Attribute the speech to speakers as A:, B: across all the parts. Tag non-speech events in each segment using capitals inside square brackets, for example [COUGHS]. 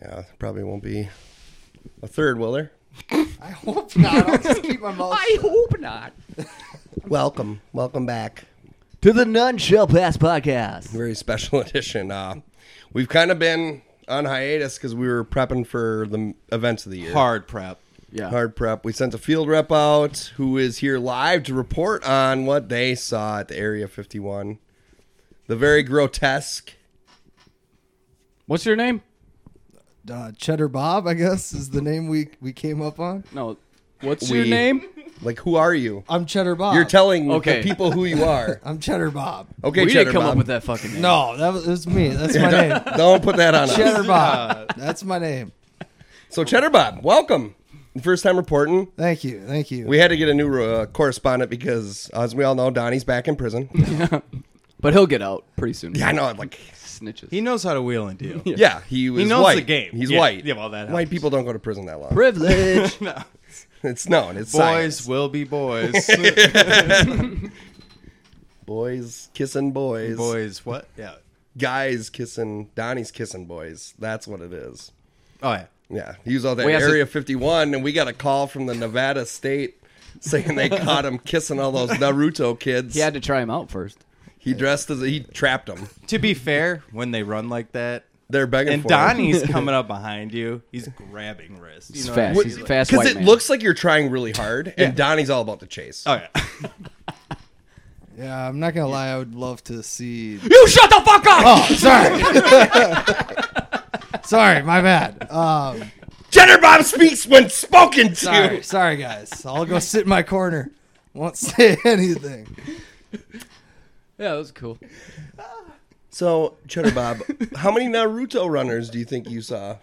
A: Yeah, probably won't be a third, will there?
B: I hope not. I'll just keep my mouth
C: I
B: shut.
C: hope not.
A: Welcome, welcome back.
C: To the None Shall Pass podcast.
A: Very special [LAUGHS] edition. Uh, we've kind of been on hiatus because we were prepping for the m- events of the year.
D: Hard prep.
C: Yeah.
A: Hard prep. We sent a field rep out who is here live to report on what they saw at the Area 51. The very grotesque.
E: What's your name?
B: Uh, Cheddar Bob, I guess, is the name we, we came up on.
E: No. What's
A: We-
E: your name?
A: Like, who are you?
B: I'm Cheddar Bob.
A: You're telling
E: Okay.
A: the people who you are.
B: I'm Cheddar Bob.
A: Okay,
E: we
A: Cheddar
E: didn't come
A: Bob.
E: up with that fucking name.
B: No, that was, it was me.
A: [LAUGHS]
B: That's my name.
A: Don't put that on us.
B: Cheddar Bob. That's my name.
A: So, Cheddar Bob, welcome. First time reporting.
B: Thank you. Thank you.
A: We had to get a new uh, correspondent because, as we all know, Donnie's back in
D: [LAUGHS]
A: prison.
E: But he'll get out pretty soon.
A: yeah, I know. Like,
E: Snitches.
D: He knows how to wheel and deal.
A: yeah, he was.
D: knows
A: white.
D: the game.
A: He's
D: Yeah,
A: white.
D: yeah, well, that
A: white
D: helps.
A: people don't go to prison that long.
E: [LAUGHS]
C: Privilege.
A: It's known. It's
D: boys
A: science.
D: will be boys.
A: boys kissing boys,
D: boys, what? Yeah.
A: guys kissing Donnie's kissing boys. That's what it is.
D: Oh yeah.
A: Yeah, he was out that
E: We have to-
A: Area 51, and we got a call from the Nevada State saying
D: [LAUGHS]
A: they caught him kissing all those Naruto kids.
E: He had to try him out first.
A: he dressed as a, he trapped them.
D: To be fair, when they run like that,
A: They're begging
D: and
A: for [LAUGHS]
D: Donnie's coming up behind you, he's grabbing wrists. You
E: He's
D: know
E: fast.
D: what
E: He's a fast
A: because
E: white
A: it
E: man.
A: looks like you're trying really hard, and Donnie's all about the chase.
D: I mean? Oh yeah.
B: yeah, I'm not going to lie. I would love
A: [LAUGHS]
B: to see.
E: you shut the fuck up!
B: Oh. Sorry. [LAUGHS] sorry, my bad. Um,
A: Cheddar Bob speaks when spoken to.
B: sorry, sorry, guys. I'll go sit in my corner. Won't [LAUGHS] say anything.
E: Yeah, that was cool.
A: So, Cheddar Bob, how many Naruto runners do you think you saw?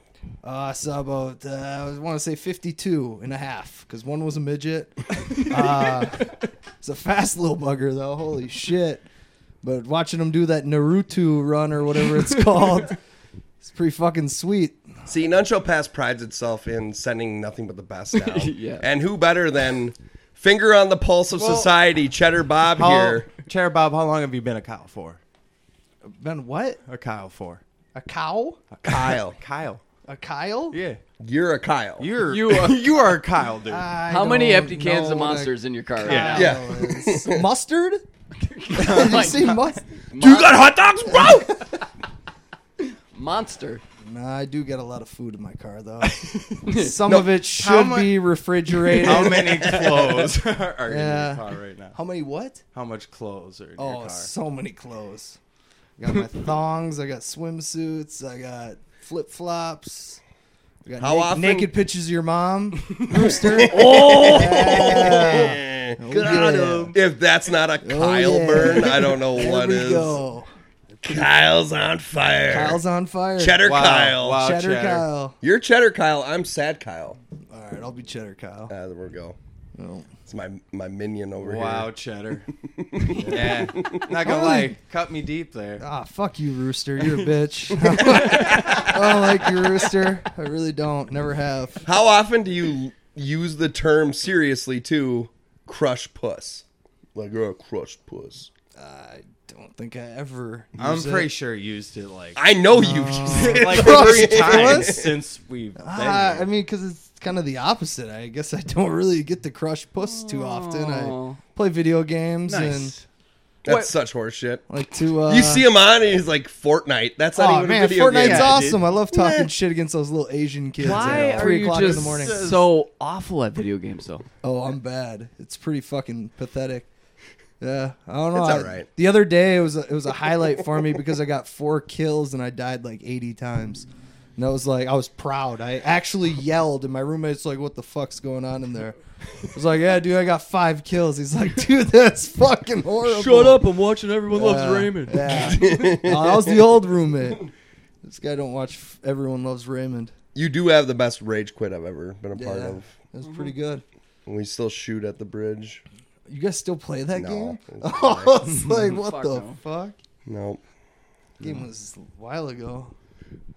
B: Uh, I saw about, uh, I want to say 52 and a half, because one was a
D: [LAUGHS]
B: midget. Uh, it's a fast little bugger, though. Holy shit. But watching him do that Naruto run or whatever
D: [LAUGHS]
B: it's called, it's pretty fucking sweet.
A: See, None Shall Pass prides itself in sending nothing but the
B: [LAUGHS]
A: best out.
E: Yeah.
A: And who better than finger on the pulse of
D: Well-
A: society, Cheddar Bob
D: Oh, How,
A: [LAUGHS] here?
D: Chair Bob, how long have you been a cow for?
B: Ben, what?
D: A cow for?
B: A cow?
A: Kyle.
D: Kyle.
B: A Kyle?
D: Yeah.
A: You're a Kyle.
D: You're
E: You
D: you
E: are-
D: are, [LAUGHS] you are a Kyle, dude.
B: I
E: How many
B: don't
E: empty cans
B: know
E: of
B: what a
E: monsters in your car? right
D: Yeah. Oh
E: now?
B: cow
A: Yeah.
D: [LAUGHS]
B: is. Mustard? [LAUGHS] Did you see mustard?
A: Do you got hot dogs, bro?
E: Monster.
B: Nah, I do get a lot of food in my car,
D: [LAUGHS]
B: though. Some of it
D: how
B: should
D: mu-
B: be refrigerated.
D: how many clothes [LAUGHS] are
B: Yeah.
D: in your car right now?
B: How many what?
D: How much clothes are in your
B: Oh,
D: car?
B: so many clothes.
A: [LAUGHS]
B: I got my thongs. I got swimsuits. I got flip flops. I got
A: How
B: na-
A: often-
B: naked pictures of your mom, Rooster. Oh,
A: [LAUGHS] Eh. If that's not a Kyle
B: yeah.
A: burn, I
B: [LAUGHS]
A: don't know [LAUGHS]
B: There
A: what
B: we
A: is.
B: go.
A: Kyle's on fire.
B: Kyle's on fire.
A: Cheddar
D: Wow,
A: Kyle.
D: wow.
B: Cheddar,
D: Cheddar.
B: Kyle.
A: You're Cheddar Kyle. I'm Sad Kyle.
B: All right, I'll be Cheddar Kyle.
A: Uh, there we go.
B: No.
A: It's my my minion over
D: Wow,
A: here.
D: cheddar. yeah. Not gonna lie, cut me deep there.
B: Ah, fuck you, Rooster.
A: [LAUGHS]
B: You're a bitch. I don't like you, Rooster. I really don't. Never have.
A: How often do you use the term seriously to crush puss? Like you're a crushed puss.
B: I don't think I ever.
D: I'm
B: use it.
D: pretty sure you used it like
A: I know you
B: [LAUGHS]
A: use it.
D: like
B: Crushed
D: three times
B: puss?
D: [LAUGHS] since we've been
B: Ah,
D: here.
B: I mean, because it's kind of the opposite. I guess I don't really get to crush puss too often. I
E: Aw.
B: play video games
D: nice.
A: That's
E: What-
A: such horseshit.
B: and like to. Uh,
A: You see him on, and he's like Fortnite. That's not
B: Oh
A: even
B: man,
A: a video
B: Fortnite's
A: game.
D: Yeah,
B: awesome. I love talking
A: Yeah.
B: shit against those little Asian kids.
E: Why
B: at
E: are
B: three
E: you
B: o'clock
E: just
B: in the morning?
E: so awful at video games, though?
B: [LAUGHS] Oh, I'm bad. It's pretty fucking pathetic. Yeah, I don't know.
A: It's
B: I-
A: alright.
B: The other day it was a, it was a highlight for me because I got four kills and I died like 80 times. And I was like, I was proud. I actually yelled, and my roommate's like, "What the fuck's going on in there?" I was like, "Yeah, dude, I got five kills." He's like, "Dude, that's fucking horrible."
E: I'm watching Everyone
B: Yeah,
D: [LAUGHS]
B: Yeah, No, that was the old roommate. This guy don't watch. F- Everyone loves Raymond.
A: You do have the best rage quit I've ever been a
B: Yeah,
A: part
B: that
A: of.
B: was pretty good.
A: And we still shoot at the bridge.
B: You guys still play that
A: No.
B: game? [LAUGHS] I
D: [LAUGHS]
B: was like, what
E: Fuck
B: the
E: no.
B: fuck?
A: No.
B: Game was a while ago.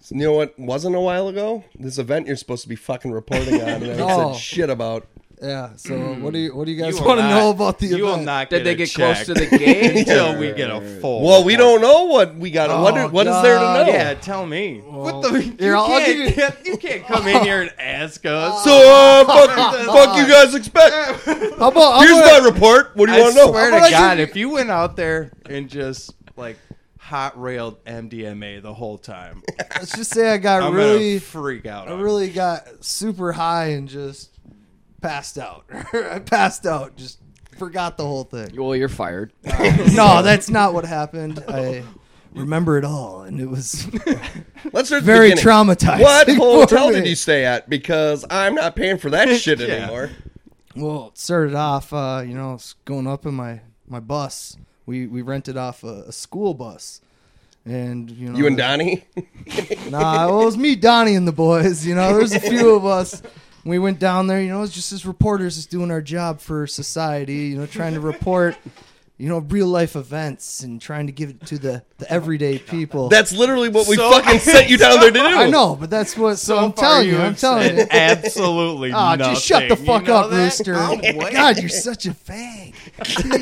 A: So
B: [LAUGHS]
A: you know what wasn't a while ago? This event you're supposed to be fucking reporting on and I
B: Oh.
A: said shit about.
B: Yeah. So uh, what do you what do you guys
D: will
B: want to
D: not-
B: know about the
D: You will
B: event?
D: not.
E: Did they
D: a
E: get
D: check
E: close to the
D: [LAUGHS]
E: game? [LAUGHS]
D: until
E: or-
D: we get a full?
A: Well, we don't
D: report.
A: know what we got. what
B: Oh,
A: is, what is there to know?
B: God.
D: Yeah, tell me. what the? You,
B: here, I'll- I'll
D: can't,
B: give
D: you can't come in here and
B: [LAUGHS]
D: ask us.
A: So uh, fuck, fuck you guys expect.
D: [LAUGHS]
B: How about how
A: Here's
B: about-
A: my report. What do you
D: I
A: want to know?
D: swear
B: How about I
D: to God,
B: give-
D: if you went out there and just like hot railed MDMA the whole time,
B: let's just say [LAUGHS] I got
D: I'm
B: really
D: gonna freak out.
B: I
D: on
B: really got super high and just passed out. [LAUGHS] I passed out, just forgot the whole thing.
E: Well, you're [LAUGHS] fired.
D: [LAUGHS]
B: no, that's not what happened. I remember it all, and it was [LAUGHS]
A: Let's start at the
B: very
A: beginning.
B: traumatizing.
A: What hotel
B: [LAUGHS] for
A: did
B: me.
A: you stay at? Because I'm not paying for that shit
D: [LAUGHS] Yeah.
A: anymore.
B: Well, it started off, uh, you know, s- going up in my my bus. We we rented off a, a school bus, and you know,
A: You and Donnie? [LAUGHS]
B: Nah, well, it was me, Donnie, and the boys. You know, there's a few of us. We went down there. You know, it's just as reporters, just doing our job for society. You know, trying to report, you know, real life events and trying to give it to the the everyday people.
A: That's literally what we
D: So- [LAUGHS]
A: fucking sent you down there to do.
B: [LAUGHS] I know, but that's what. So, I'm
D: far
B: telling you,
D: have
B: I'm telling you.
D: said Absolutely
B: Ah,
D: nothing.
B: just shut the fuck
D: you know
B: up,
D: that? Oh,
B: Rooster. [LAUGHS]
D: I'm [LAUGHS]
B: God, you're such a fag. Can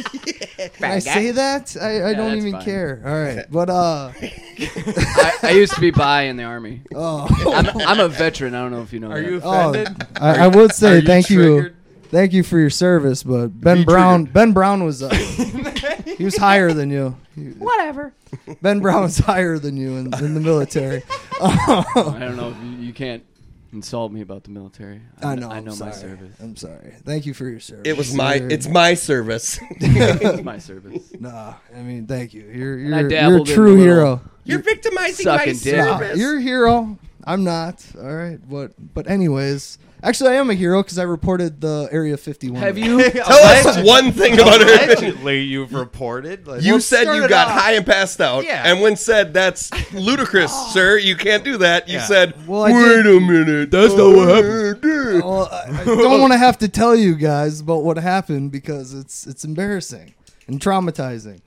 B: I say that? I, I don't
E: that's
B: even
E: fine.
B: care. All
E: [LAUGHS]
B: right, but uh,
E: I, I used to be by in the army.
B: oh,
E: I'm, I'm a veteran. I don't know if you know.
D: Are
E: that.
D: you
B: oh,
D: offended?
B: I, I would say
D: Are you
B: thank you,
D: triggered?
B: thank you for your service, but Ben Brown, Ben Brown was
D: [LAUGHS]
B: uh, he was higher than you. Whatever. Ben Brown's higher than you in, in the
D: [LAUGHS]
B: military. [LAUGHS]
E: Oh, I don't know. If you, you can't insult me about the military.
B: I know.
E: I
B: I'm
E: know my
B: sorry.
E: service.
B: [LAUGHS] I'm sorry. Thank you for your service.
A: It was my.
B: You're-
A: It's my service.
B: [LAUGHS]
A: [LAUGHS]
E: It's my service.
B: Nah, I mean, thank you. You're
E: I
B: you're, you're a
E: dabbled in a
B: true
E: little-
B: hero.
A: You're victimizing
E: Sucking
A: my
E: dick.
A: service.
B: Nah, you're a hero. I'm not. All right. What? But anyways, actually, I am a hero because I reported the Area 51.
E: Have you?
A: Tell us one thing [LAUGHS] about her.
D: Allegedly, you've reported. Like,
A: You
D: Well,
A: said
D: start
A: you
D: it
A: got
D: off.
A: high and passed out,
D: Yeah.
A: and when said
B: [LAUGHS]
A: that's ludicrous, sir, you can't do that. You
D: Yeah.
A: said,
B: Oh. Well, I Oh,
A: "Wait
B: did-
A: a minute, that's not what happened."
B: Well, I, I don't want to have to tell you guys about what happened because it's it's embarrassing and traumatizing.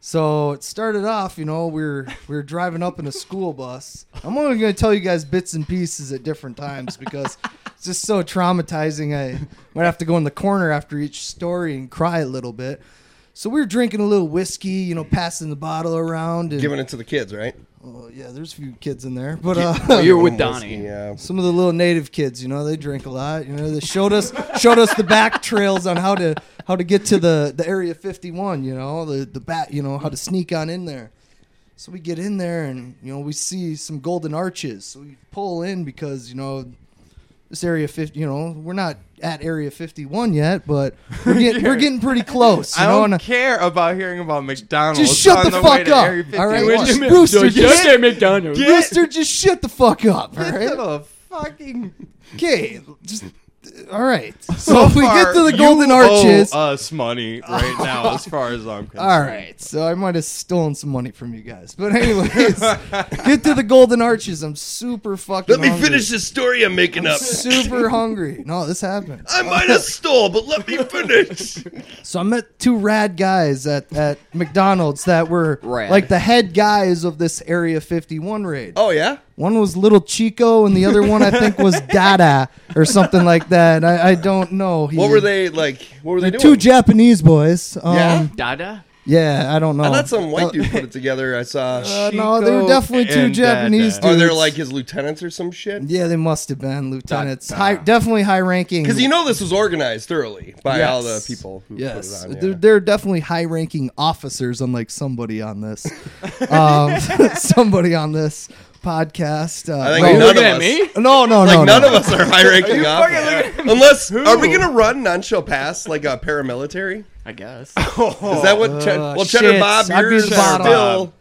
B: So it started off, you know, we were we were driving up in a school bus. I'm only going to tell you guys bits and pieces at different times because it's just so traumatizing. I might have to go in the corner after each story and cry a little bit. So we were drinking a little whiskey, you know, passing the bottle around, and
A: Giving it to the kids, right?
B: oh, yeah, there's a few kids in there, but
E: Oh,
B: uh,
E: you're with Donnie.
A: Yeah.
B: some of the little native kids, you know, they drink a lot. You know, they showed us showed us the back trails on how to how to get to the the area 51. You know, the the bat. You know how to sneak on in there. So we get in there and you know we see some golden arches. So we pull in because you know this area 50. You know we're not at area 51 yet, but we're getting we're getting pretty close. You
D: I
B: know,
D: don't
B: and uh,
D: care about hearing about McDonald's.
B: just shut
D: on
B: the,
D: way
B: fuck
D: to Area
B: up. All
D: 51.
B: right,
D: Wait a
B: Just-
D: minute.
B: Rooster, just,
E: McDonald's.
B: Rooster, just shut the fuck up. All
D: Get
B: right.
D: to the
B: [LAUGHS]
D: fucking.
B: Okay, just uh,
A: [LAUGHS]
B: all right. So, we get
D: far,
B: to the
D: you
B: Golden Arches.
D: Owe us money right
B: [LAUGHS]
D: now, as far as I'm concerned.
B: all right, so I might have stolen some money from you guys, but
A: [LAUGHS]
B: anyways, get to the Golden Arches. I'm super fucking.
A: Let me
B: hungry.
A: finish this story I'm making
E: [LAUGHS]
A: up.
B: Super hungry. No, this happened.
A: I might have stole, but let me
B: [LAUGHS]
A: finish.
B: So I met two rad guys at, at McDonald's that were
E: Rad.
B: like the head guys of this Area 51 raid.
A: Oh yeah,
B: One was Little Chico, and the other one I
A: [LAUGHS]
B: think was Dada or something like that. I, I don't know. He-
A: what were they like? What were they doing?
B: Two Japanese boys. Um,
A: Yeah?
E: Dada.
B: Yeah, I don't know.
A: I thought some white
B: Uh,
A: dude
B: [LAUGHS]
A: put it together. I saw.
B: Uh, no, they were
D: Chico
B: definitely two
D: and
B: Japanese
D: Dada.
B: dudes.
A: Are there like his lieutenants or some shit?
B: Yeah, they must have been lieutenants. High, definitely high ranking.
A: Because you know this was organized thoroughly by all the
B: Yes.
A: people who
B: Yes,
A: put it on.
B: they're,
A: yeah.
B: they're definitely high ranking officers, unlike somebody
A: [LAUGHS]
B: on this, um, [LAUGHS] somebody on this podcast. Uh,
A: I think
E: Are you
A: none
E: looking
A: of
E: at
A: us.
E: me?
B: [LAUGHS] no, no, no,
A: Like
B: Oh, no,
A: none
B: no.
A: of us are high ranking up. Unless are we gonna run non shall pass like a paramilitary?
E: I guess.
A: Is that what? Ch-
B: Uh,
A: well, Cheddar
B: shit.
A: Bob,
B: I'd be
A: you're
B: the
A: still
B: bottom.
D: [LAUGHS]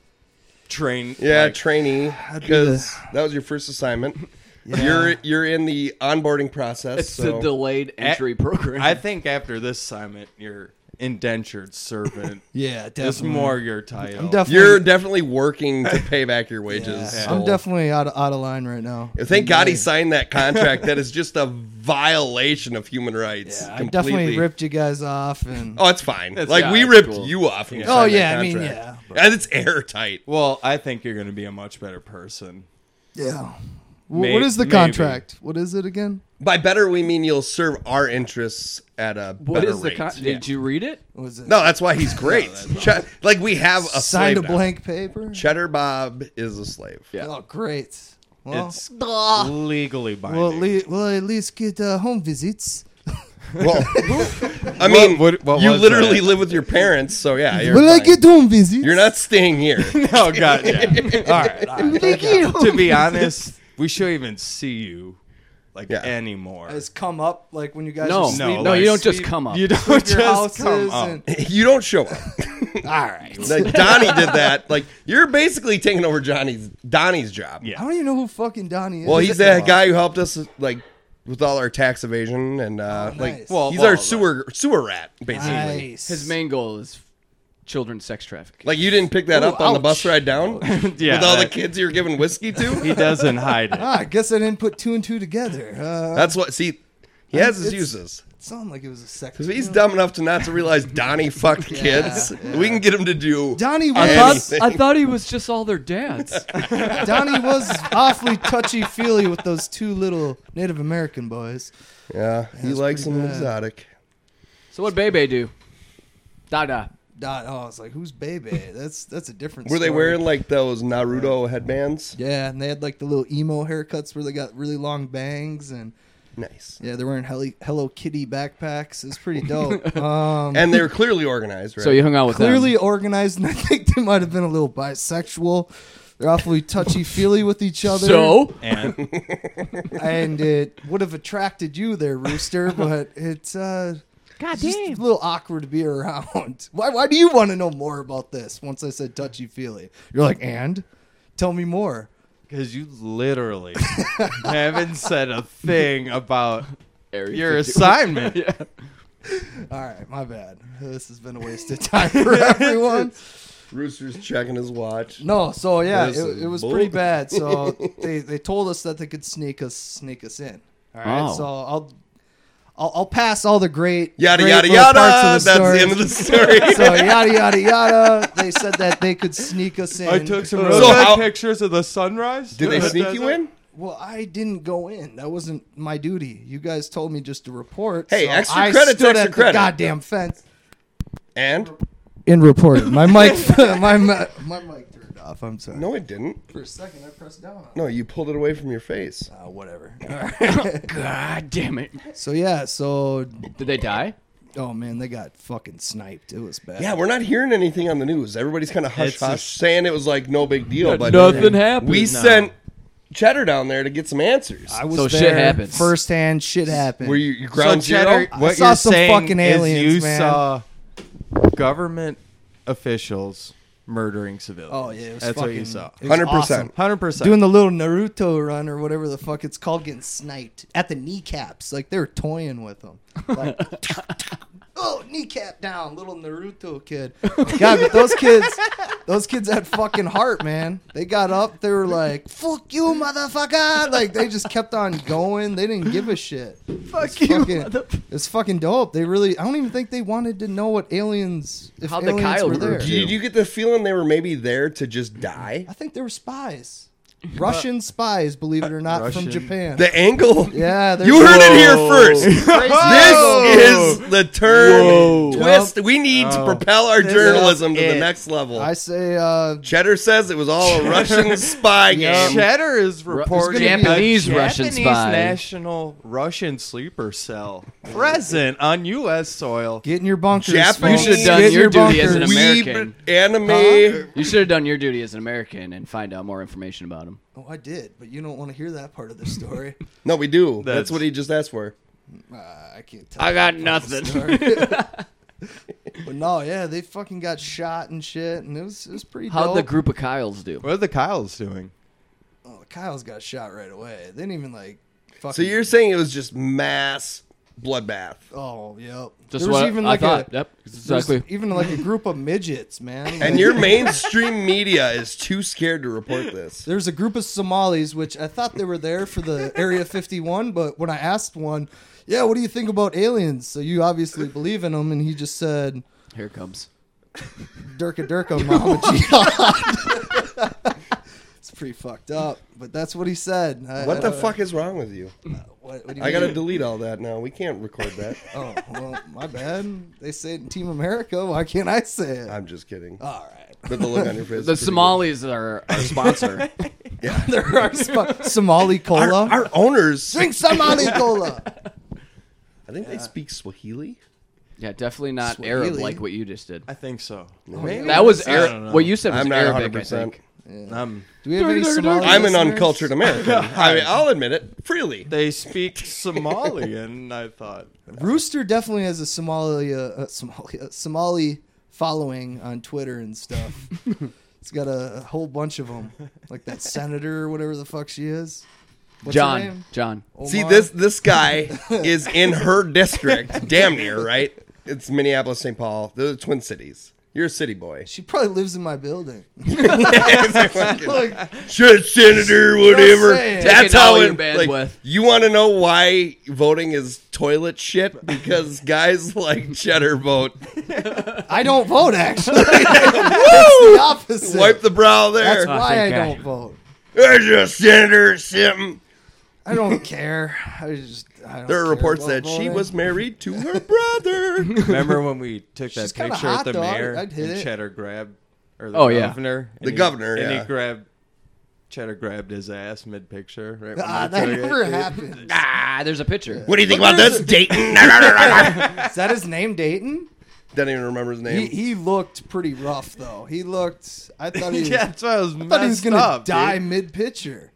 D: Train.
A: yeah
D: like,
A: trainee
B: be
A: because that was your first assignment. You're you're in the onboarding process.
E: It's
A: so.
E: a delayed entry program.
D: I think after this assignment, you're indentured servant.
B: [LAUGHS] Yeah, definitely.
D: It's more your title.
B: I'm definitely.
A: You're definitely working to pay back your wages.
B: yeah,
A: so-
B: I'm definitely out of, out of line right now.
A: Thank God he signed that contract.
B: [LAUGHS]
A: that is just a violation of human rights.
B: Yeah, I
A: completely.
B: definitely ripped you guys off, and
A: Oh, it's fine. like
E: yeah,
A: we
E: it's
A: ripped
E: cool.
A: you off. When you
B: Oh,
A: signed that
B: yeah, I mean,
A: contract. and it's airtight.
D: well, I think you're going to be a much better person.
B: yeah, Wh-
D: May-
B: what is the
D: maybe.
B: contract? What is it again?
A: By better, we mean you'll serve our interests at a
E: [LAUGHS] What
A: better
E: is the
A: rate.
E: con- Did you read it?
B: What is it?
A: no, that's why he's great. Che- like we have a
B: Signed a
A: slave now.
B: blank paper.
A: Cheddar Bob is a slave.
E: Yeah.
B: Oh, great. Well,
D: it's legally binding.
B: well, at least, well, at least get uh, home visits.
A: Well, I mean,
D: What- what- what
A: you
D: was
A: literally
D: that?
A: live with your parents, so yeah, you're,
B: Will I
A: fine.
B: get home visits?
A: you're not staying here. [LAUGHS]
D: [LAUGHS] oh god, yeah. all right. all right.
B: not.
D: to be honest, we shouldn't even see you like
A: Yeah.
D: anymore.
B: Has come up like when you guys
E: No,
B: are
E: no,
D: sleep-
E: no.
D: like
E: You don't just
D: sleep-
E: come up.
D: You don't
B: sleep
A: [LAUGHS]
B: at
D: just
B: your houses
D: come up.
B: and
A: you don't show up.
B: all
A: [LAUGHS]
B: right.
A: Like Donnie did that. Like you're basically taking over Johnny's Donnie's job.
D: Yeah.
B: I don't even know who fucking Donnie is.
A: Well, he's that guy who helped us like with all our tax evasion and uh,
B: Oh,
A: like
B: nice.
A: well,
D: Well,
A: he's
D: well,
A: our
D: like-
A: sewer sewer rat basically.
B: Nice.
E: His main goal is children's sex trafficking.
A: Like you didn't pick that
B: Ooh,
A: up on the
B: ouch.
A: bus ride
B: [LAUGHS]
A: down [LAUGHS]
D: Yeah,
A: with all the
D: that-
A: kids you're giving whiskey to.
D: He doesn't hide
B: [LAUGHS]
D: it.
B: Ah, I guess I didn't put two and two together. Uh,
A: That's what. See, he has his
B: It's- [LAUGHS]
A: uses.
B: it sounded like it was a sex.
A: Because he's
B: you know?
A: dumb enough to not to
B: [LAUGHS]
A: realize Donnie fucked kids. We can get him to do.
B: Donnie
E: I
A: And
B: was
A: he's-
E: thought, I thought he was just all their dads.
B: [LAUGHS] Donnie was awfully touchy feely with those two little Native American boys.
A: yeah, he
B: That's
A: likes
B: pretty
A: him
B: bad.
A: exotic.
E: so what Bebe do? Dada.
B: Don, oh, I was like, who's Bebe? That's that's a different.
A: Were they
B: story.
A: wearing like those Naruto headbands?
B: Yeah, and they had like the little emo haircuts where they got really long bangs, and
A: Nice.
B: yeah, they were wearing Hello, Hello Kitty backpacks. It's pretty dope. Um,
A: And they were [LAUGHS] clearly organized, right?
E: So you hung out with
B: clearly
E: them.
B: organized, and I think they might have been a little bisexual. They're awfully touchy feely with each other.
E: So
D: And
B: and it would have attracted you there, Rooster, but it's uh God just a little awkward to be around. [LAUGHS] Why why do you want to know more about this once I said touchy feely? You're like, and tell me more.
D: because you literally haven't said a thing about
E: Area
D: your
E: 51.
D: assignment.
B: All right, my bad. This has been a waste of time for everyone.
A: Rooster's checking his watch.
B: No, so yeah, it,
A: This is
B: it was
A: bull-
B: pretty
A: [LAUGHS]
B: bad. So they, they told us that they could sneak us sneak us in. All right,
E: Oh.
B: so I'll, I'll I'll pass all the great
A: Yada
B: great
A: yada
B: little
A: yada. That's
B: parts of
A: the
B: story.
A: end of
B: [LAUGHS]
A: the story.
B: so yada yada yada. They said that they could sneak us in.
D: I took some
A: So
D: really
A: how-
D: pictures of the sunrise.
A: Did
D: [LAUGHS]
A: they sneak you in?
B: well, I didn't go in. That wasn't my duty. You guys told me just to report.
A: Hey,
B: so
A: extra
B: I
A: credit's
B: stood
A: extra
B: at the
A: credit.
B: goddamn fence.
A: And
B: In reporting,
A: [LAUGHS]
B: my mic, [LAUGHS] my mi- my mic turned off. I'm sorry.
A: no, it didn't.
B: For a second, I pressed down. on it.
A: No, you pulled it away from your face. [LAUGHS]
B: Uh, whatever. All right. [LAUGHS]
E: God damn it.
B: so yeah, so
E: Did they die?
B: oh man, they got fucking sniped. It was bad.
A: Yeah, we're not hearing anything on the news. Everybody's kind of hush
D: It's a-
A: hush, saying it was like no big deal, but
E: Nothing happened.
A: We sent Cheddar down there to get some answers.
B: I was
E: So
B: there
E: shit happens.
B: firsthand. Shit happened.
A: Were you, you
D: So
A: ground
D: Cheddar,
A: zero?
B: I
D: what
B: saw
D: you're
B: some
D: saying
B: fucking aliens,
D: is you
B: man.
D: saw government officials murdering civilians.
B: Oh yeah, it was
D: that's
B: fucking,
D: what you saw.
B: it was
A: 100%.
B: awesome.
D: Hundred percent.
B: doing the little Naruto run or whatever the fuck it's called, getting sniped at the kneecaps. Like they were toying with them. [LAUGHS] Like, oh, kneecap down, little Naruto [LAUGHS] kid. God, but those kids, those kids had fucking heart, man. They got up, they were like, "Fuck you, motherfucker!" Like they just kept on going. They didn't give a shit.
D: [LAUGHS]
B: Fuck [LAUGHS] you. Fucking, it's fucking dope. They really. I don't even think they wanted to know what aliens. If
E: How'd the
B: aliens
E: Kyle
B: were
E: group
B: there.
E: do?
A: Did you get the feeling they were maybe there to just die?
B: I think they
E: [LAUGHS]
B: were spies. Russian spies, believe it or not,
D: Russian.
B: from Japan.
A: The
D: [LAUGHS]
A: angle.
B: yeah, they're
A: You heard it here
D: Whoa.
A: first. This is the turn
D: Whoa.
A: twist we need to
D: Oh.
A: propel our journalism to the
D: it.
A: next level.
B: I say, uh,
A: Cheddar says it was all a
D: [LAUGHS]
A: Russian spy game.
D: Cheddar is reporting
E: gonna be Japanese
D: a
E: Russian
D: Japanese
E: spy.
D: national Russian sleeper cell present on U.S. soil.
B: get in your bunkers.
A: Japanese-
B: folks.
A: You should've
E: done
B: Get in
E: your duty
B: bunkers.
E: as an Amer-
A: Weeb
E: American.
A: anime.
E: You should have done your duty as an American and find out more information about him.
B: Oh, I did, but you don't want to hear that part of
A: [LAUGHS]
B: the story.
A: No, we do. That's,
D: That's-
A: what he just asked for.
B: uh, I can't tell.
E: I
B: you
E: got
B: the
E: nothing.
B: fucking
A: [LAUGHS]
E: [LAUGHS]
B: story. but no, yeah, they fucking got shot and shit, and it was it was pretty.
E: How'd the
B: dope.
E: group of Kyles do?
D: What are the Kyles doing?
B: Oh, Kyle's got shot right away. They didn't even like. Fucking,
A: So you're saying it was just mass bloodbath.
B: Oh, yep.
E: Just
B: there was
E: what
B: even
E: I
B: like
E: thought.
B: a.
E: yep,
B: there was
E: exactly.
B: Even like a group of midgets, man.
A: [LAUGHS] And
B: Like-
A: your mainstream media is too scared to report this.
B: There's a group of Somalis, which I thought they were there for the Area 51, but when I asked one, yeah, what do you think about aliens? So you obviously believe in them, and he just said,
E: Here it comes.
A: [LAUGHS]
B: Durka Durka, Mama Jihad. [LAUGHS] it's pretty fucked up, but that's what he said. I- I
A: What the
B: don't-
A: fuck is wrong with you?
B: What, what do you
A: I gotta
B: mean?
A: delete all that now. We can't record that.
B: Oh well, my bad. They say it in Team America. Why can't I say it?
A: I'm just kidding.
B: All right. [LAUGHS]
A: But the look on your face.
E: The
A: is pretty
E: Somalis are our sponsor.
B: there are sp- Somali
A: good. Our,
B: cola.
A: our owners.
B: Drink [LAUGHS] Somali cola.
E: Oh,
A: I think they speak Swahili.
E: [LAUGHS] yeah, definitely not Arab
B: Swahili.
E: like what you just did.
D: I think so.
B: Maybe.
E: That was
D: I don't
E: Arab.
D: know.
E: What you said was
A: I'm not
E: Arabic.
A: 100%.
E: I think.
D: Um,
B: Do we have any Somali?
A: I'm an
B: listeners?
A: uncultured American. I mean, I'll admit it freely.
D: they speak Somalian. I thought.
B: Rooster definitely has a Somali, uh, uh, Somali, uh, Somali following on Twitter
A: [LAUGHS]
B: and stuff. it's got a, a whole bunch of them, like that senator or whatever the fuck she is. What's her
E: John.
B: name?
E: John.
A: See
B: Omar?
A: this this guy is in her district, damn near right. It's Minneapolis, St. Paul. They're the Twin Cities. You're a city boy. [LAUGHS]
B: She probably lives in my building.
A: Shit, senator, whatever.
B: Just saying.
A: That's
E: Taking
A: how
E: all your
A: it.
E: bandwidth.
A: Like, you want to know why voting is toilet shit?
B: [LAUGHS]
A: Because guys like cheddar vote.
B: I don't vote
A: [LAUGHS]
B: actually. it's the opposite.
A: Wipe the brow
B: That's
A: there.
B: why I
E: thank God.
B: don't vote.
A: There's a senator or something.
B: I don't care. I just I don't
A: There are
B: care
A: reports
B: about
A: that she
B: voting.
A: was [LAUGHS] married to
B: [LAUGHS]
A: her brother.
D: Remember when we took that
B: She's kinda
D: picture with
B: hot,
D: the
B: though. I'd-
D: mayor
B: I'd hit
D: and
B: it.
D: Cheddar grabbed, or the
E: Oh, yeah.
D: governor?
A: The governor,
D: He, And
A: yeah.
D: he grabbed. Cheddar grabbed his ass mid picture. Right when
B: Ah,
D: we
B: that
D: took it.
B: never happened.
E: Ah, there's a picture.
A: what do you
B: [LAUGHS]
A: think about this, Dayton? [LAUGHS] Don't
B: Is that his name, Dayton?
A: even remember his name.
B: He, he looked pretty rough though. He looked. I
A: [LAUGHS]
B: thought he.
D: [LAUGHS] yeah, that's why I was
B: I thought he was gonna
D: up,
B: die
D: dude.
B: mid pitcher.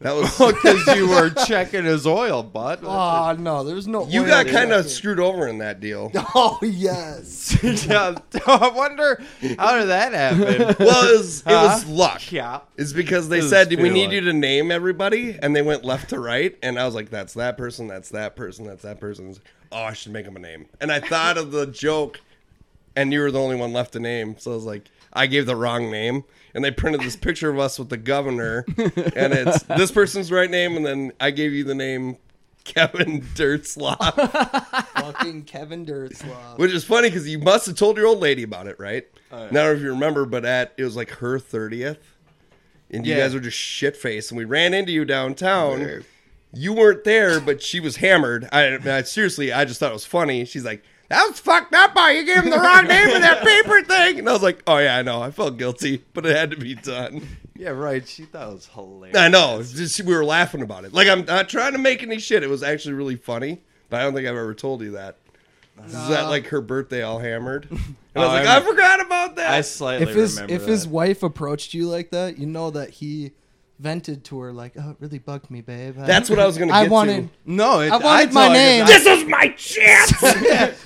A: that
B: [LAUGHS]
A: was
D: [LAUGHS] because you were checking his oil, bud.
B: Oh no, there's no.
A: You
B: oil
A: got
B: in
A: kind
B: that
A: of
B: kid.
A: screwed over in that deal.
B: [LAUGHS] Oh yes.
D: [LAUGHS] yeah, [LAUGHS] I wonder how did
B: [LAUGHS]
D: that happen.
A: Well, it was, it was
D: Huh?
A: luck.
D: [LAUGHS] yeah,
A: It's because they
D: It was
A: said we
D: pure
A: need
D: luck.
A: you to name everybody, and they went left to right, and I was like, "That's that person. That's that person. That's that person." It's like, Oh, I should make them a name. And I thought of the joke, and you were the only one left to name, so I was like, I gave the wrong name, and they printed this picture of us with the governor, and it's this person's right name, and then I gave you the name Kevin Dirtslop,
B: [LAUGHS] Fucking Kevin
A: [LAUGHS]
B: Durslov.
A: which is funny because you must have told your old lady about it, right? Now, I don't know if you remember, but at it was like her thirtieth. and you
D: Yeah.
A: guys were just shit faced. And we ran into you downtown. You weren't there, but she was hammered. I, I seriously, I just thought it was funny. She's like, "That was fucked up. How you gave him the wrong name for that paper thing?" And I was like, "Oh yeah, I know. I felt guilty, but it had to be done."
D: yeah, right. She thought it was hilarious.
A: I know. It's Just, we were laughing about it. Like I'm not trying to make any shit. It was actually really funny, but I don't think I've ever told you that. Is that like her birthday all hammered? And I was
D: Oh,
A: like,
D: I
A: I,
D: rem-
A: forgot about that.
D: I slightly
B: if his
D: remember
B: if
D: that.
B: his wife approached you like that, you know that he vented to her like, "Oh, it really bugged me, babe." I-
A: That's what I was gonna. Get
B: [LAUGHS] I
A: to.
B: wanted.
D: no, it,
B: I wanted my
D: told her 'cause
B: name.
D: I-
A: This was my chance.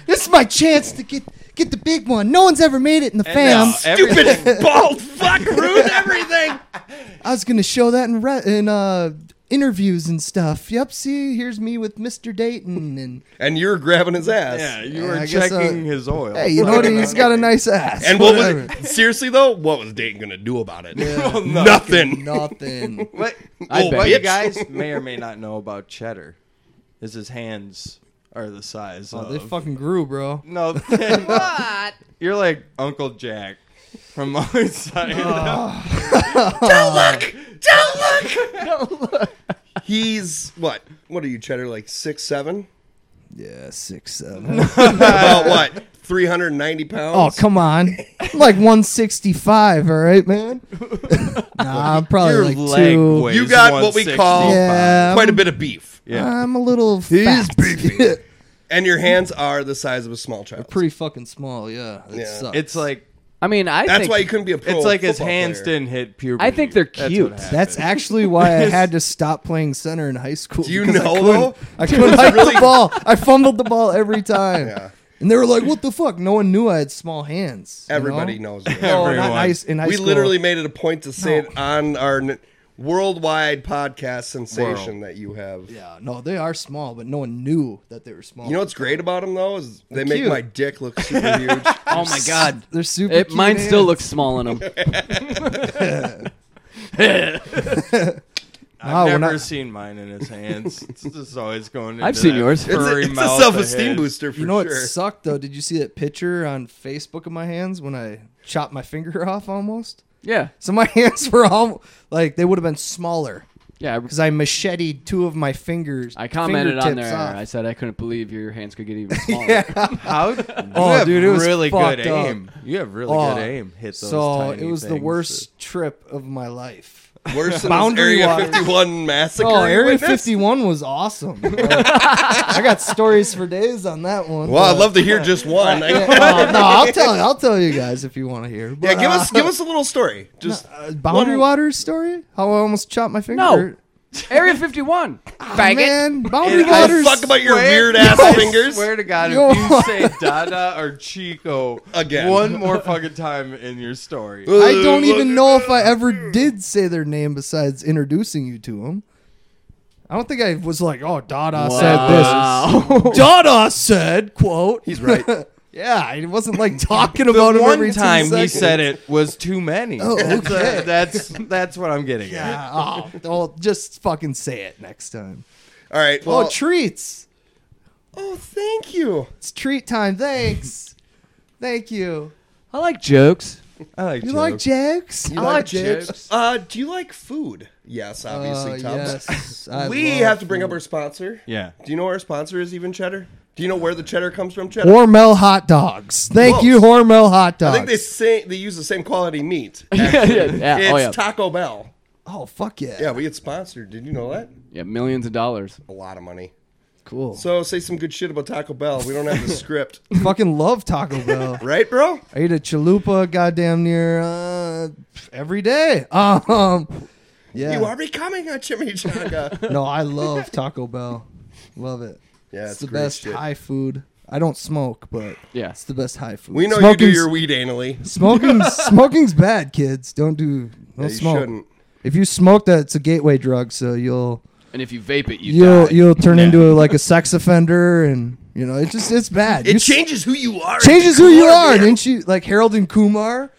B: This is my chance to get get the big one. No one's ever made it in the
D: And now
B: fam.
A: Stupid bald fuck ruined everything.
B: I was gonna show that in re- in uh, interviews and stuff. Yep. See, here's me with Mr. Dayton, and
A: And you're grabbing his ass.
D: Yeah, you
B: Yeah,
D: were
B: I guess, uh,
D: checking his oil.
B: hey, you know what? He's got a nice ass.
A: And what
B: Whatever.
A: was [LAUGHS] seriously though? What was Dayton gonna do about it? [LAUGHS]
B: Yeah.
A: Nothing.
B: Nothing.
D: What,
E: I
D: oh,
E: bet.
D: what you
A: Bitch. [LAUGHS]
D: guys may or may not know about Cheddar is his hands are the
B: [LAUGHS]
D: size
B: Oh,
D: of.
B: they fucking grew, bro. [LAUGHS]
D: no, what? You're like Uncle Jack from [LAUGHS] Always Sunny.
A: Don't look. Don't look. He's what? What are you, Cheddar? Like six seven?
B: Yeah, six seven. [LAUGHS]
D: [LAUGHS]
A: About what? Three hundred and ninety
B: oh,
A: pounds.
B: come on. I'm like one sixty five. All right, man. [LAUGHS] nah, I'm probably
D: Your
B: like
D: leg
B: two.
D: weighs
A: You got what we
D: 165.
A: call-
B: [LAUGHS] Yeah,
A: Quite a
B: I'm-
A: bit of beef,
D: Yeah.
B: I'm a little. Fat. [LAUGHS]
A: and your hands are the size of a small child.
B: Pretty fucking small. Yeah. It
A: Yeah.
B: sucks.
D: It's like
E: I mean, I
A: That's
E: think
A: why you couldn't be a pro.
D: it's like his
A: football
D: hands
A: player.
D: didn't hit puberty.
E: I think they're
D: That's
E: cute.
D: what
B: That's
D: happened.
B: actually why I had to stop playing center in high school.
A: Do you
B: because I
A: know,
B: couldn't-
A: though?
B: I couldn't hike the ball. I fumbled the ball every time.
A: [LAUGHS] Yeah.
B: And they were like, "What the fuck?" No one knew I had small hands. you
A: Everybody
B: know?
A: knows. it.
B: No, not [LAUGHS] in
D: Everyone.
B: high- in high
A: we
B: school.
A: literally made it a point to say
B: No.
A: it on our n- worldwide podcast sensation that you have.
B: Yeah, no, they are small, but no one knew that they were small.
A: You know what's great about them though is they make
B: cute.
A: my dick
B: [LAUGHS]
A: look super huge.
E: Oh [LAUGHS] my god.
B: They're super.
E: It,
B: cute
E: mine still
B: hands.
E: looks small in [LAUGHS] them.
D: I've
B: Wow, we're
D: never
B: not-
D: seen mine in
B: [LAUGHS]
D: his hands. it's just always going. Into
E: I've seen
D: that
E: yours. It's
A: It's, a,
D: furry
A: it's a
D: mouth of
A: self-esteem
D: his.
A: booster for
B: You know
A: sure.
B: what sucked though? Did you see that picture on Facebook of my hands when I chopped my finger [LAUGHS] off almost?
E: Yeah.
B: So my [LAUGHS] hands were all like they would have been smaller
E: Yeah. I-
B: because I macheted two of my fingers.
E: I commented on
B: fingertips
E: there.
B: off.
E: I said I couldn't believe your hands could get even smaller.
B: yeah.
D: How?
B: Oh,
D: [LAUGHS] you have
B: dude, it was
D: really good
B: fucked up.
D: aim. You have really
B: Oh,
D: good aim. Hit those.
B: so
D: tiny
B: it was the
D: things.
B: worst trip of
A: [LAUGHS]
B: my life.
A: Worse than this
B: Boundary
A: Area
B: wise.
A: 51 massacre.
B: Oh, Area
A: witness?
B: 51 was
A: [LAUGHS]
B: awesome. Like, I got stories for days on that one.
A: Well, I'd
B: but- [LAUGHS]
A: love to hear just one. I-
B: Yeah, well, no, I'll tell I'll tell you guys if you want to hear.
A: yeah,
B: But,
A: give
B: uh,
A: us give us a little story. Just
B: uh, boundary
A: one-
B: water story. How I almost chopped my finger.
E: No. Area 51.
A: [LAUGHS]
B: Bang man, boundary
D: I
A: I
B: waters.
A: fuck about your
D: Swear-
A: weird ass
D: I
A: fingers.
D: Swear to God,
B: Yo.
D: if
E: [LAUGHS]
D: you say Dada or Chico
A: Again.
D: one more fucking time in your story,
B: I don't even know if I ever did say their name besides introducing you to them. I don't think I was like, oh, Dada said this. Dada said, quote.
A: He's right.
B: [LAUGHS] yeah, it wasn't
A: [LAUGHS]
B: like talking
D: the
B: about him
D: one
B: every two
D: time he
B: seconds.
D: said it was too many.
B: Oh,
D: That's, uh,
B: okay.
D: that's that's what I'm getting at.
B: Yeah, oh, oh, just fucking say it next time.
A: All right. Well,
B: oh, treats.
A: oh, thank you.
B: It's treat
A: [LAUGHS]
B: time. Thanks. Thank you.
E: [LAUGHS] I like jokes.
D: I like
B: You like jokes?
A: You
E: I like jokes.
A: Uh, do you like food? Yes, obviously,
B: Uh,
A: Tubbs.
B: yes,
A: [LAUGHS]
B: I
A: We
B: love
A: have to bring up our sponsor.
D: Yeah.
A: Do you know our sponsor is even cheddar? Do you know where the cheddar comes from? Cheddar.
B: Hormel hot dogs. Thank
A: Close.
B: you, Hormel hot
A: I
B: dogs.
A: think they say they use the same quality meat.
E: [LAUGHS] yeah, yeah, yeah.
A: it's
E: Oh, yeah.
A: Taco Bell.
B: oh fuck yeah!
A: Yeah, we get sponsored. Did you know that?
E: yeah, millions of dollars.
A: A lot of money.
B: cool.
A: So [LAUGHS] say some good shit about Taco Bell. We don't have the script,
B: fucking love Taco Bell.
A: right, bro?
B: I eat a chalupa, goddamn near uh, every day. [LAUGHS] Um, yeah.
A: You are becoming a chimichanga.
B: [LAUGHS] no, I love Taco Bell. Love it.
A: Yeah,
B: it's,
A: it's
B: the
A: great
B: best
A: shit.
B: high food. I don't smoke, but
E: Yeah.
B: it's the best high food.
A: we know you
B: Smoking's-
A: do your weed [LAUGHS] anally.
B: smoking. smoking's bad, kids. Don't do. Don't
A: Yeah, you
B: smoke.
A: shouldn't.
B: If you smoke, that it's a gateway drug. So you'll
E: And if you vape it, you
B: you will
E: die.
B: you'll turn into like a sex offender, and you know it's just it's bad.
A: It
B: You s-
A: changes who you are.
B: changes who you are.
A: man.
B: Didn't you like Harold and Kumar?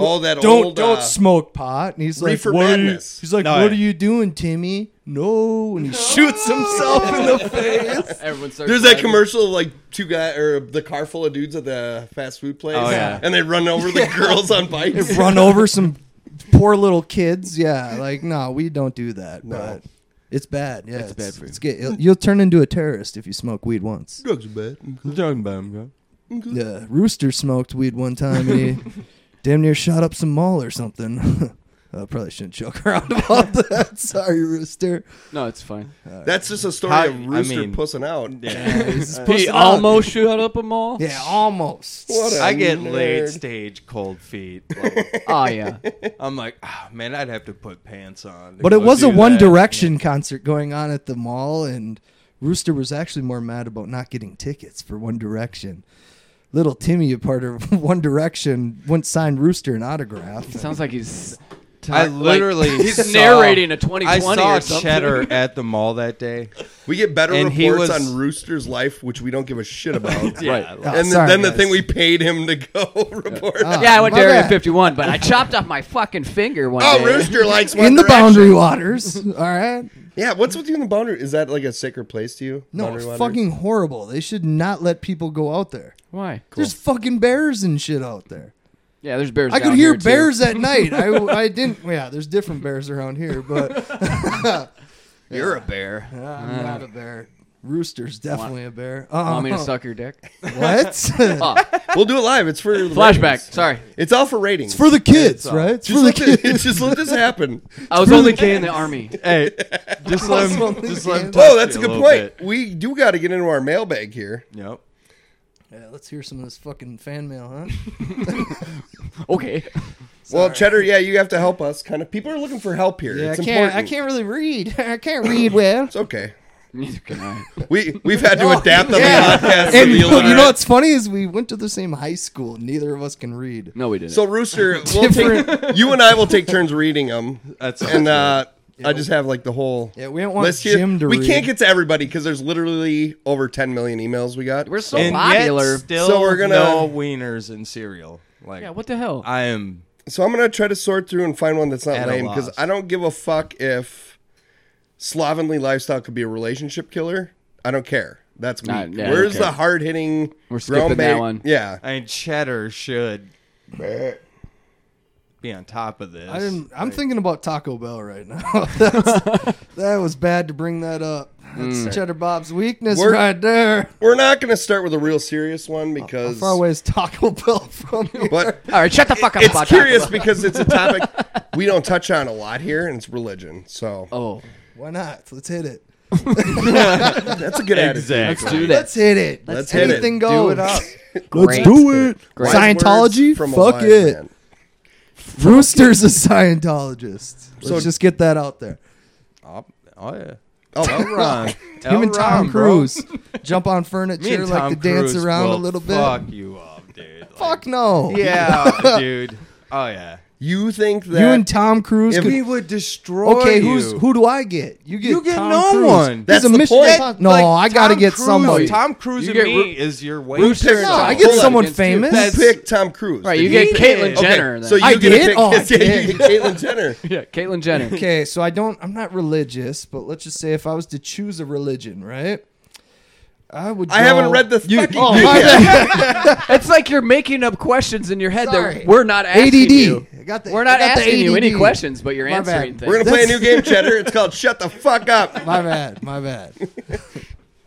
A: All that
B: don't
A: old
B: don't
A: uh,
B: smoke pot. And he's like,
A: Reefer
B: what are you-
A: Madness.
B: he's like,
D: No,
B: what
D: I-
B: are you doing, Timmy? No, and he shoots himself
A: [LAUGHS]
B: in the face.
E: Everyone starts
A: There's that
E: laughing.
A: commercial of like two guy or the car full of dudes at the fast food place.
D: Oh, yeah.
A: And they run over the girls on bikes.
B: Run over some poor little kids. Yeah, like no, we don't do that. But it's bad. Yeah, it's,
E: bad for you.
B: It's ga- you'll, you'll turn into a terrorist if you smoke weed once.
A: [LAUGHS] Drugs are bad.
B: Yeah, Rooster smoked weed one time and
A: [LAUGHS]
B: he damn near shot up some mall or something. [LAUGHS] I probably shouldn't joke around
A: [LAUGHS]
B: about that. Sorry, Rooster.
E: No, it's fine.
A: That's just a story
D: How-
A: of Rooster
D: I mean-
A: pussing out.
B: [LAUGHS]
E: He almost shut up a mall.
B: Yeah, almost.
A: What a
D: I get
A: nerd.
D: late stage cold feet. Like,
E: Oh yeah.
D: I'm like, oh, man, I'd have to put pants on. to
B: But it
D: go
B: was a
D: do
B: One
D: that."
B: Direction concert going on at the mall, and Rooster was actually more mad about not getting tickets for One Direction. Little Timmy, a part of [LAUGHS] One Direction, wouldn't sign Rooster an autograph.
E: Sounds like he's.
D: I
E: like-
D: literally
E: he's
D: saw-
E: narrating a 2020
D: I saw
E: or something.
D: Cheddar at the mall that day.
A: We get better
D: And he
A: reports
D: was-
A: on Rooster's life, which we don't give a shit about.
E: Right.
B: Oh,
A: And then-
B: sorry,
A: then the
B: guys.
A: thing we paid him to go [LAUGHS] report. on.
E: Yeah, I went to
B: ah, My
E: Area
B: bad.
E: 51, but I chopped off my fucking finger one
A: Oh,
E: day.
A: Rooster likes One
B: in the
A: Direction.
B: boundary waters. All right.
A: Yeah, what's with you in the boundary? Is that like a sacred place to you?
B: No,
A: Boundary
B: it's
A: Waters?
B: fucking horrible. They should not let people go out there.
E: Why?
B: There's fucking bears and shit out there.
E: Yeah, there's bears.
B: I could
E: down
B: hear
E: here, too.
B: bears at night. I,
E: [LAUGHS]
B: I didn't. Yeah, there's different bears around here, but
A: You're a bear.
B: I'm not a bear. Rooster's definitely a bear.
E: Want me to
B: Uh,
E: Oh,
B: [LAUGHS]
E: suck your dick?
B: What? [LAUGHS]
E: Oh,
A: We'll do it live. It's for the
E: flashback.
A: ratings.
E: Sorry,
A: It's all for ratings.
B: for the kids, right? It's
A: just,
B: for the
A: let it-
B: kids.
A: just let this
D: [LAUGHS]
A: happen. Oh,
E: I was only gay in the
B: [LAUGHS]
E: army.
D: Hey, just let
B: That's
D: him.
B: what
D: Just
B: we
D: let him
B: did.
D: touch
A: Oh, that's a
D: you
A: good
D: little
A: point.
D: bit.
A: We do got to get into our mailbag here.
D: Yep.
B: [LAUGHS] Yeah, let's hear some of this fucking fan mail, huh?
E: Okay. [LAUGHS]
A: Well, Cheddar, yeah, you have to help us. Kind of people are looking for help here.
B: Yeah, I
A: it's
B: can't.
A: important.
B: I can't really read. [LAUGHS] I can't read well.
A: It's okay.
E: Neither can I.
A: We we've had
B: [LAUGHS]
A: to adapt on
B: Oh, yeah.
A: the podcast.
B: And
A: to the
B: but you
A: illiterate.
B: know what's funny is we went to the same high school. Neither of us can read.
E: No, we didn't.
A: So
B: [LAUGHS]
A: Rooster, we'll take, you and I will take turns reading them,
D: That's
A: and uh, I just have like the whole
B: Yeah, we don't want
A: list here.
B: Jim to
A: we
B: read.
A: can't get to everybody because there's literally over 10 million emails we got.
E: we're so
D: and
E: popular.
D: yet still
A: So we're gonna-
D: no wieners and cereal. Like
E: yeah. What the hell?
D: I am.
A: So I'm gonna try to sort through and find one that's not
D: At a
A: lame because
D: loss.
A: I don't give a fuck if slovenly lifestyle could be a relationship killer. I don't care. That's me.
E: Nah, yeah, I don't
A: Where's
E: care.
A: the hard hitting?
E: We're skipping that one.
A: Yeah.
D: I mean, cheddar should be on top of this.
B: I didn't. I'm
D: Like,
B: thinking about Taco Bell right now. [LAUGHS] That's, that was bad to bring that up. That's Cheddar Bob's weakness
A: We're-
B: right there.
A: We're not going to start with a real serious one
B: How
A: because,
B: far away is Taco Bell [LAUGHS] from here?
E: [LAUGHS]
A: but
C: All right, shut the fuck up.
A: it's
C: about
A: curious
C: Taco Bell.
A: because it's a topic we don't touch on a lot here, and it's religion. So
E: Oh,
B: Why not? Let's hit it.
A: that's a
E: Oh,
A: good attitude.
E: let's
D: Exactly.
E: do that.
B: Let's hit it.
A: Let's hit it.
B: anything
A: Do
B: go. [LAUGHS]
D: it up.
C: Great.
B: do it.
E: Great.
B: Scientology?
A: Words from a
B: Fuck
A: wise
B: it.
A: man.
B: Brewster's a Scientologist. Let's
A: So-
B: just get that out there.
D: Oh, oh yeah.
A: Oh,
B: [LAUGHS]
D: Elron.
B: Him and Tom
D: Elron, bro.
A: [LAUGHS]
B: Cruise jump on
D: Me
B: furniture
D: and
B: like
D: Tom
B: to dance
D: Cruise
B: around a
D: will
B: little bit.
D: Fuck you up, dude. Like,
B: Fuck no.
D: [LAUGHS] yeah, dude. Oh yeah.
A: you think that
B: You and Tom Cruise
A: If
B: could
A: we
D: would destroy.
B: Okay, who's who do I get? You get
D: You get
B: Tom
D: no
B: Cruise.
D: one.
B: He's
A: That's
B: a
A: the
B: mission.
A: point.
B: No, I gotta get somebody.
D: Tom Cruise
E: You
D: and
E: get
D: me
E: Ru-
D: is your way.
A: Who picked-
B: no, I get
A: Hold on.
B: someone
E: Against you.
B: famous.
A: who picked Tom Cruise?
E: Right,
A: Did
E: you
A: he?
E: get Caitlyn
D: Okay,
E: Jenner.
A: So
E: Then.
A: you
B: I
A: get
B: did?
A: to pick,
B: Oh, I
A: [LAUGHS] yeah, you get Caitlyn Jenner.
E: yeah, Caitlyn Jenner.
B: [LAUGHS] okay, so I don't. I'm not religious, but let's just say if I was to choose a religion, right? I would.
A: I
B: go-
A: haven't read the fucking
B: Oh,
A: thing
B: my
A: yet.
B: bad.
E: It's like you're making up questions in your head
B: Sorry.
E: that we're not asking
B: ADD.
E: you.
B: I got the-
E: we're not
B: I got the
E: asking you any
B: ADD.
E: questions, but you're
B: My bad.
E: answering
A: We're
E: things.
A: gonna play a new game, Cheddar. It's called "Shut the Fuck Up."
B: My bad. My
E: [LAUGHS]
B: bad.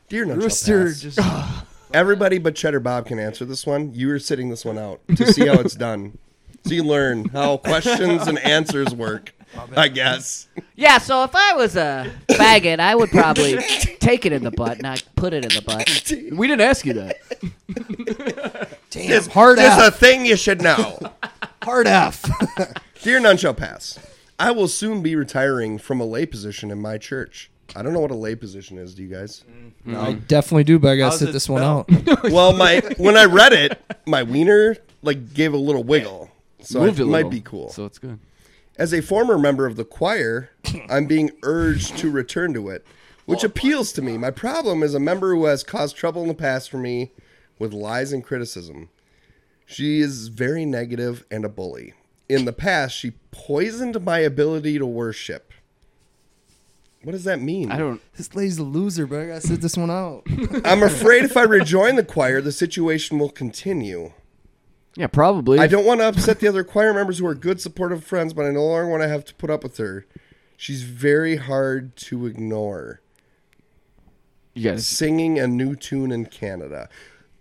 A: Dear no
B: Rooster
A: just
B: [LAUGHS] just
A: everybody but Cheddar Bob can answer this one. You are sitting this one out to see how it's done, so you learn how questions and answers work. I guess.
C: Yeah, so if I was a faggot, I would probably take it in the butt, not put it in the butt.
E: We didn't ask you that.
A: It's
B: hard
A: It's
B: out.
A: a thing you should know.
E: [LAUGHS]
B: hard F.
A: Dear none shall pass. I will soon be retiring from a lay position in my church. I don't know what a lay position is. Do you guys?
B: I definitely do, but I gotta
D: How's
B: sit
D: it
B: this one out. [LAUGHS]
D: spelled?
A: Well, my when I read it, my wiener like gave a little wiggle, so
E: Moved
A: it
E: a
A: might
E: little,
A: be cool.
E: So it's good.
A: As a former member of the choir, I'm being urged to return to it, which appeals to me. My problem is a member who has caused trouble in the past for me with lies and criticism. She is very negative and a bully. In the past, she poisoned my ability to worship. What does that mean?
E: I don't.
B: This lady's a loser, but I gotta sit this one [LAUGHS] out.
A: I'm afraid if I rejoin the choir, the situation will continue.
E: Yeah, probably.
A: I don't want to upset the other choir members who are good, supportive friends, but I no longer want to have to put up with her. She's very hard to ignore.
E: You guys.
A: Singing a new tune in Canada.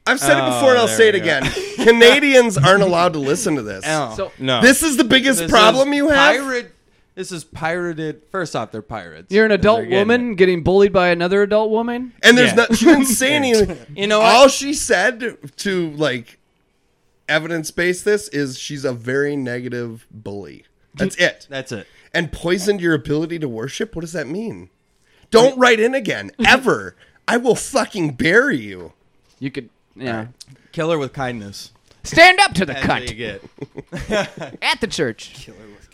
A: I've said it before and I'll
D: Oh, there
A: say it
D: we go.
A: again.
D: [LAUGHS]
A: Canadians aren't allowed to listen to this.
D: No,
E: So-
D: no.
A: This is the biggest
D: This
A: problem
D: is
A: you have.
D: Pirate. This is pirated. First off, they're pirates.
E: You're an
D: And
E: adult
D: they're getting
E: woman getting bullied by another adult woman.
A: And there's
D: Yeah.
A: not she didn't
D: [LAUGHS]
A: say anything.
D: You know what?
A: all she said to like evidence base this is she's a very negative bully. That's it.
D: it. [LAUGHS] That's it.
A: and poisoned your ability to worship? What does that mean? Don't write in
B: [LAUGHS]
A: again, ever. I will fucking bury you.
E: You could. Yeah.
D: Kill her with kindness.
E: Stand up to the
D: That's what you
E: cunt
D: get.
E: at the church.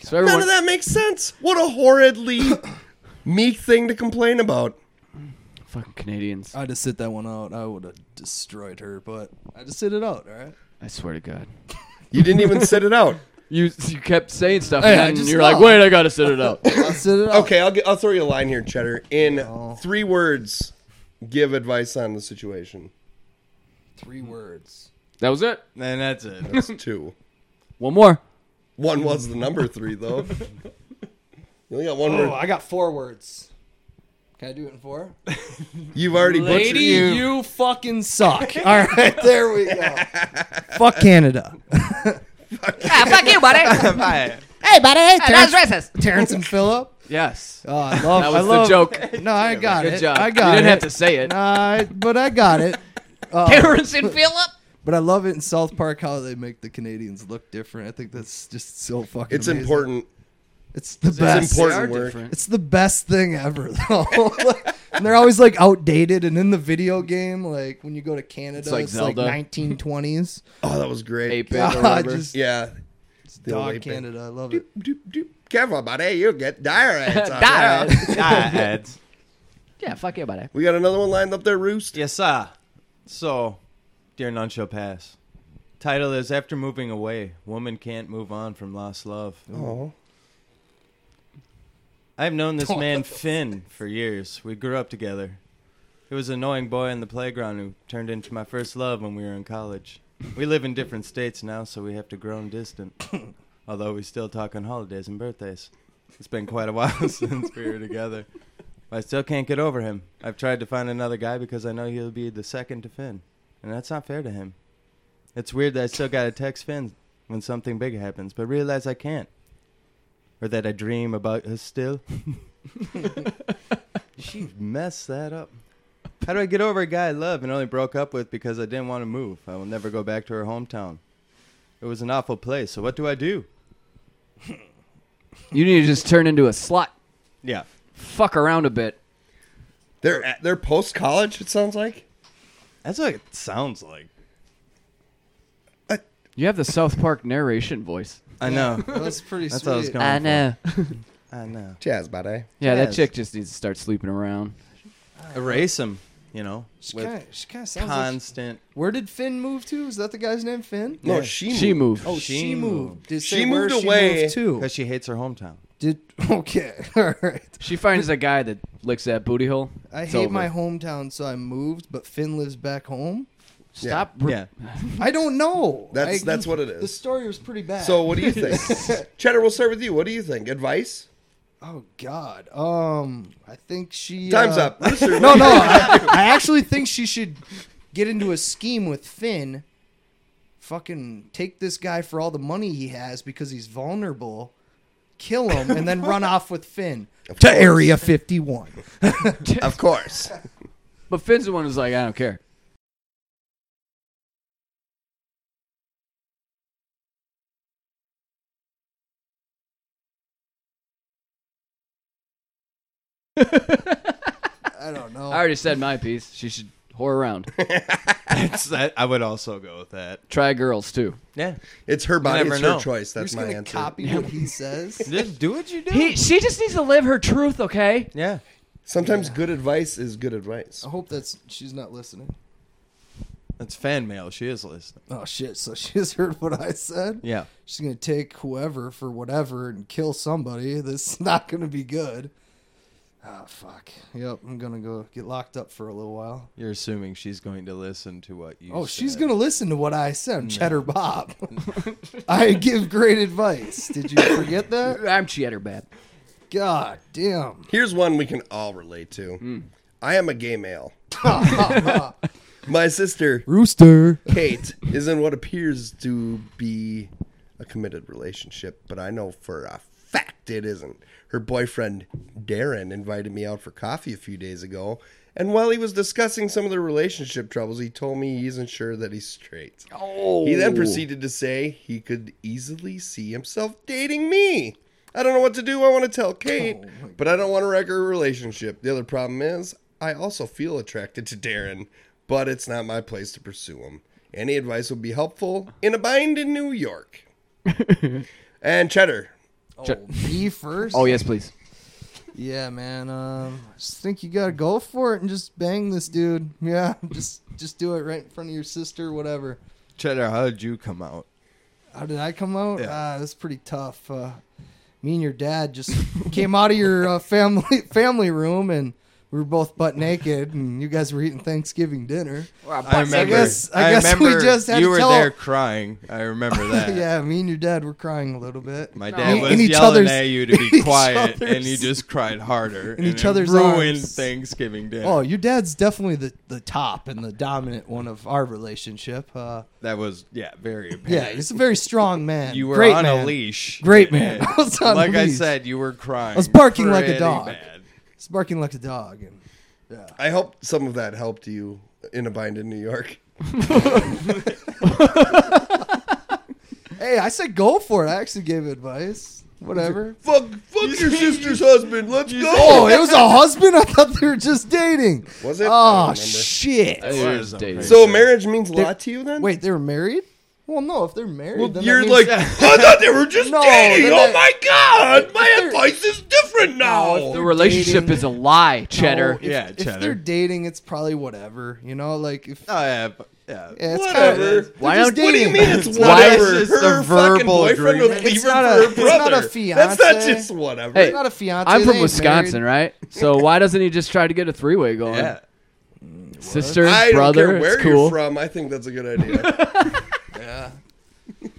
E: So
A: None
E: everyone,
A: of that makes sense. What a horridly
B: [LAUGHS]
A: meek thing to complain about.
E: fucking Canadians.
B: I'd have sit that one out. I would have destroyed her, but I just sit it out. All right.
E: I swear to God.
A: You didn't even sit it
B: [LAUGHS]
A: out.
E: You you kept saying stuff,
B: Hey,
E: and
B: I
E: then
B: just
E: you're
B: know.
E: like, wait, I gotta sit it [LAUGHS] out.
B: I'll sit it out.
A: Okay, I'll, get, I'll throw you a line here, Cheddar. In
B: Oh.
A: three words, give advice on the situation.
B: Three words.
E: that was it.
D: And
E: [LAUGHS]
D: that's it.
A: That's two.
E: One more.
A: One was the number three,
B: [LAUGHS]
A: though. You only got one
B: Oh,
A: word.
B: I got four words. Can I do it in four?
A: You've already butchered
B: Lady, you.
E: [LAUGHS]
B: fucking suck. All right, there we go. Fuck Canada.
C: Ah, fuck
B: [LAUGHS]
C: you, buddy.
D: Bye.
C: hey, buddy. that's racist.
B: Terrence and Philip.
E: Yes.
B: Oh, I love.
E: That
B: I
E: was the
B: love,
E: joke.
B: No, I got
E: Good
B: it.
E: job.
B: I got
E: you didn't
B: it.
E: have to say it.
B: Nah, I- Uh, but I got it.
C: [LAUGHS] Terrence and Philip.
B: But I love it in South Park how they make the Canadians look different. I think that's just so fucking.
A: It's
B: amazing.
A: important.
B: It's the
A: It's
B: best.
A: important
E: They are
A: work.
E: different.
B: It's the best thing ever, [LAUGHS] though. Like, and they're always like outdated. And in the video game, like when you go to Canada, it's
E: like
B: like,
E: Zelda.
B: 1920s.
A: Oh, that was great.
E: Ape it or
B: God,
E: whatever.
B: just
A: Yeah. The old
B: dog
A: ape it.
B: Canada. I love it.
A: doop, doop. Careful, buddy. You'll get diarrhea.
C: Diarrhea.
D: Bye.
C: Yeah, fuck you, buddy.
A: We got another one lined up there, Roost.
D: Yes, sir. So, dear none shall pass. Title is After Moving Away, Woman Can't Move On from Lost Love.
A: Oh.
D: I've known this man Finn for years. We grew up together. He was an annoying boy in the playground who turned into my first love when we were in college. We live in different states now, so we have to grow and distant. although we still talk on holidays and birthdays. It's been quite a while [LAUGHS] since we were together. I still can't get over him. I've tried to find another guy because I know he'll be the second to Finn, and that's not fair to him. It's weird that I still gotta text Finn when something big happens, but realize I can't, or that I dream about us still. she messed that up. How do I get over a guy I love and only broke up with because I didn't want to move? I will never go back to her hometown. It was an awful place, so what do I do?
E: You need to just turn into a slut.
D: Yeah.
E: Fuck around a bit.
A: They're at, they're post college. It sounds like.
D: That's what it sounds like.
E: You have the South Park narration voice.
D: I know. [LAUGHS]
B: That's pretty
D: That's
B: sweet.
D: what I was going
C: I
D: for.
C: know.
D: I know.
A: Jazz buddy.
E: Yeah, that
D: Yes.
E: chick just needs to start sleeping around.
D: Erase him, you know,
B: She
D: with
B: kind of she kinda sounds like
D: constant.
B: Where did Finn move to? Is that the guy's name, Finn?
A: No,
D: Yeah.
A: she
E: She
A: moved.
E: moved.
B: Oh,
D: She
B: she, moved. Did it say
A: She
B: where
A: moved away
B: She moved to?
D: Because she hates her hometown.
B: Did [LAUGHS] okay, all right.
E: She finds a guy that licks that booty hole.
B: I
E: It's
B: hate
E: over.
B: my hometown, so I moved. But Finn lives back home.
E: Stop.
D: Yeah.
B: I don't know.
A: [LAUGHS] That's-
B: I-
A: that's what it is.
B: The story was pretty bad.
A: So what do you think, Cheddar? We'll start with you. What do you think? Advice?
B: oh god, um, I think she
A: Time's
B: uh,
A: up. Rooster, what
B: No,
A: do
B: [LAUGHS] no,
A: you-
B: I, I actually think she should get into a scheme with Finn. Fucking take this guy for all the money he has because he's vulnerable, kill him, and
A: [LAUGHS]
B: then run off with Finn to
A: course. [LAUGHS]
B: Area 51.
A: Of course.
E: But Finn's the one who's like, I don't care.
B: I don't know.
E: I already said my piece. She should whore around.
D: [LAUGHS] That's that. I would also go with that.
E: Try girls too.
D: Yeah.
A: It's her body.
D: never
A: It's her
D: know.
A: choice. That's
B: You're just
A: my
B: gonna
A: answer.
B: copy
A: [LAUGHS]
B: what he says.
D: Just do what you do.
E: He, she just needs to live her truth, okay?
D: yeah.
A: Sometimes good advice is good advice.
B: I hope that's she's not listening.
D: That's fan mail. She is listening.
B: Oh shit! So [LAUGHS] she has heard what I said.
D: Yeah.
B: She's gonna take whoever for whatever and kill somebody. [LAUGHS] This is not gonna be good. Ah, fuck. Yep, I'm gonna go get locked up for a little while.
D: You're assuming she's going to listen to what you.
B: Oh,
D: said. Mm.
B: she's gonna listen to what I said, Cheddar Bob.
D: [LAUGHS]
B: I give great advice. Did you forget that?
E: I'm cheater bad.
B: God
D: [LAUGHS]
B: damn.
A: Here's one we can all relate to. I am a gay male. My sister
B: Rooster.
A: Kate is in what appears to be a committed relationship, but I know for a fact it isn't. Her boyfriend Darren invited me out for coffee a few days ago, and while he was discussing some of their relationship troubles, he told me he isn't sure that he's straight.
E: Oh.
A: He then proceeded to say he could easily see himself dating me. I don't know what to do. I want to tell Kate, but I don't want to wreck her relationship. The other problem is, I also feel attracted to Darren, but it's not my place to pursue him. Any advice would be helpful in a bind in New [LAUGHS] York. and Cheddar.
B: Me first.
E: Oh, yes, please.
B: Yeah, man. Um, I just think you gotta go for it and just bang this dude. [LAUGHS] Yeah, just just do it right in front of your sister, whatever.
D: Cheddar, how'd you come out?
B: How did I come out?
D: Yeah.
B: Ah, that's pretty tough. Uh, me and your dad just came out of your uh, family [LAUGHS] family room, and we were both butt naked, and you guys were eating Thanksgiving dinner.
D: I remember.
B: guess- I guess we
D: remember
B: just had
D: you
B: to
D: were
B: tell-
D: there crying.
B: [LAUGHS]
D: I remember that.
B: yeah, me and your dad were crying a little bit.
D: My
B: In-
D: dad was
B: in each
D: yelling
B: other's-
D: at
B: [LAUGHS]
D: you to
B: in
D: be
B: each
D: quiet, and
B: other's-
D: you just cried harder. and
B: each
D: it
B: other's
D: ruined
B: arms.
D: Thanksgiving dinner.
B: Oh, your dad's definitely the, the top and the dominant one of our relationship. Uh,
D: that was yeah, very apparent.
B: yeah, he's a very strong man.
D: You were
B: Great
D: on a
B: man.
D: leash.
B: Great man. [LAUGHS]
D: And
B: I was on a
D: like I
B: leash.
D: said, you were crying. I
B: was barking like a dog.
D: Bad.
B: He's barking like a dog. And
A: I hope some of that helped you in a bind in New York.
B: hey, I said go for it. I actually gave advice.
D: [LAUGHS]
B: Whatever.
A: [LAUGHS] Fuck, fuck your sister's husband. Let's go.
B: Oh, it was a husband. I thought they were just dating.
A: Was it? I don't
B: Oh
A: remember.
B: shit!
E: It was
D: I'm
E: dating.
D: pretty
A: [LAUGHS] So
D: sure.
A: marriage means a lot to you then?
B: Wait, they were married? Well, no. If they're married,
A: Well,
B: then that
A: you're [LAUGHS]
B: means-
A: like, I thought they were just
B: No,
A: dating.
B: then
A: Oh
B: that-
A: my god, my
B: they're-
A: advice is different now.
E: The relationship is a lie, Cheddar.
B: if,
D: Yeah,
B: if
D: cheddar.
B: they're dating, it's probably whatever. You know, like if
D: [LAUGHS] Oh yeah, but- yeah.
B: [LAUGHS] yeah, it's kind
A: whatever.
B: of,
E: Why
B: just
E: don't-
A: what do you
B: dating.
A: mean
B: [LAUGHS]
A: it's
D: Why is
A: whatever?
D: this
A: her fucking
D: a verbal
A: boyfriend will
D: agreement?
A: leave
B: It's
A: her
B: not
A: for
B: a-
A: her
B: it's not a
A: brother. That's not
B: fiance.
A: just whatever.
E: Hey,
B: It's not a fiance.
E: I'm
B: they
E: from
B: ain't
E: Wisconsin,
B: married.
E: right? So why doesn't he just try to get a three way going?
D: yeah.
E: Sister,
A: I don't
E: brother,
A: care where
E: it's cool.
A: you're from. I think that's a good idea.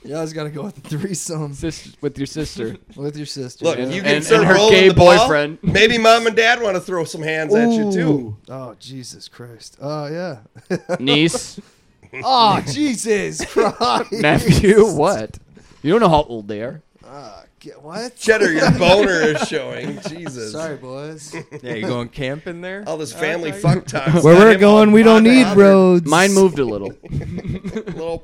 B: You always got to go with the threesome
E: Sis- with
A: [LAUGHS]
E: your sister.
B: with your sister.
A: Look,
B: yeah.
A: you
E: And-
A: can
E: and
A: start
E: her
A: rolling
E: gay
A: the ball.
E: boyfriend.
A: Maybe mom and dad want to throw some hands at you too.
B: Ooh. Oh Jesus Christ! Oh yeah. [LAUGHS]
E: [LAUGHS] Niece,
B: oh
A: [LAUGHS]
B: Jesus Christ!
E: nephew, what? You don't know how old they are.
B: Ah, get- what?
A: Cheddar, your boner is showing. Jesus.
B: Sorry, Uh, boys.
D: Yeah, you going
B: [LAUGHS]
D: camping there?
A: All this family fuck talk.
B: Where we're going, we don't need
A: Father,
B: roads.
E: Mine moved a [LAUGHS] little.
A: Little,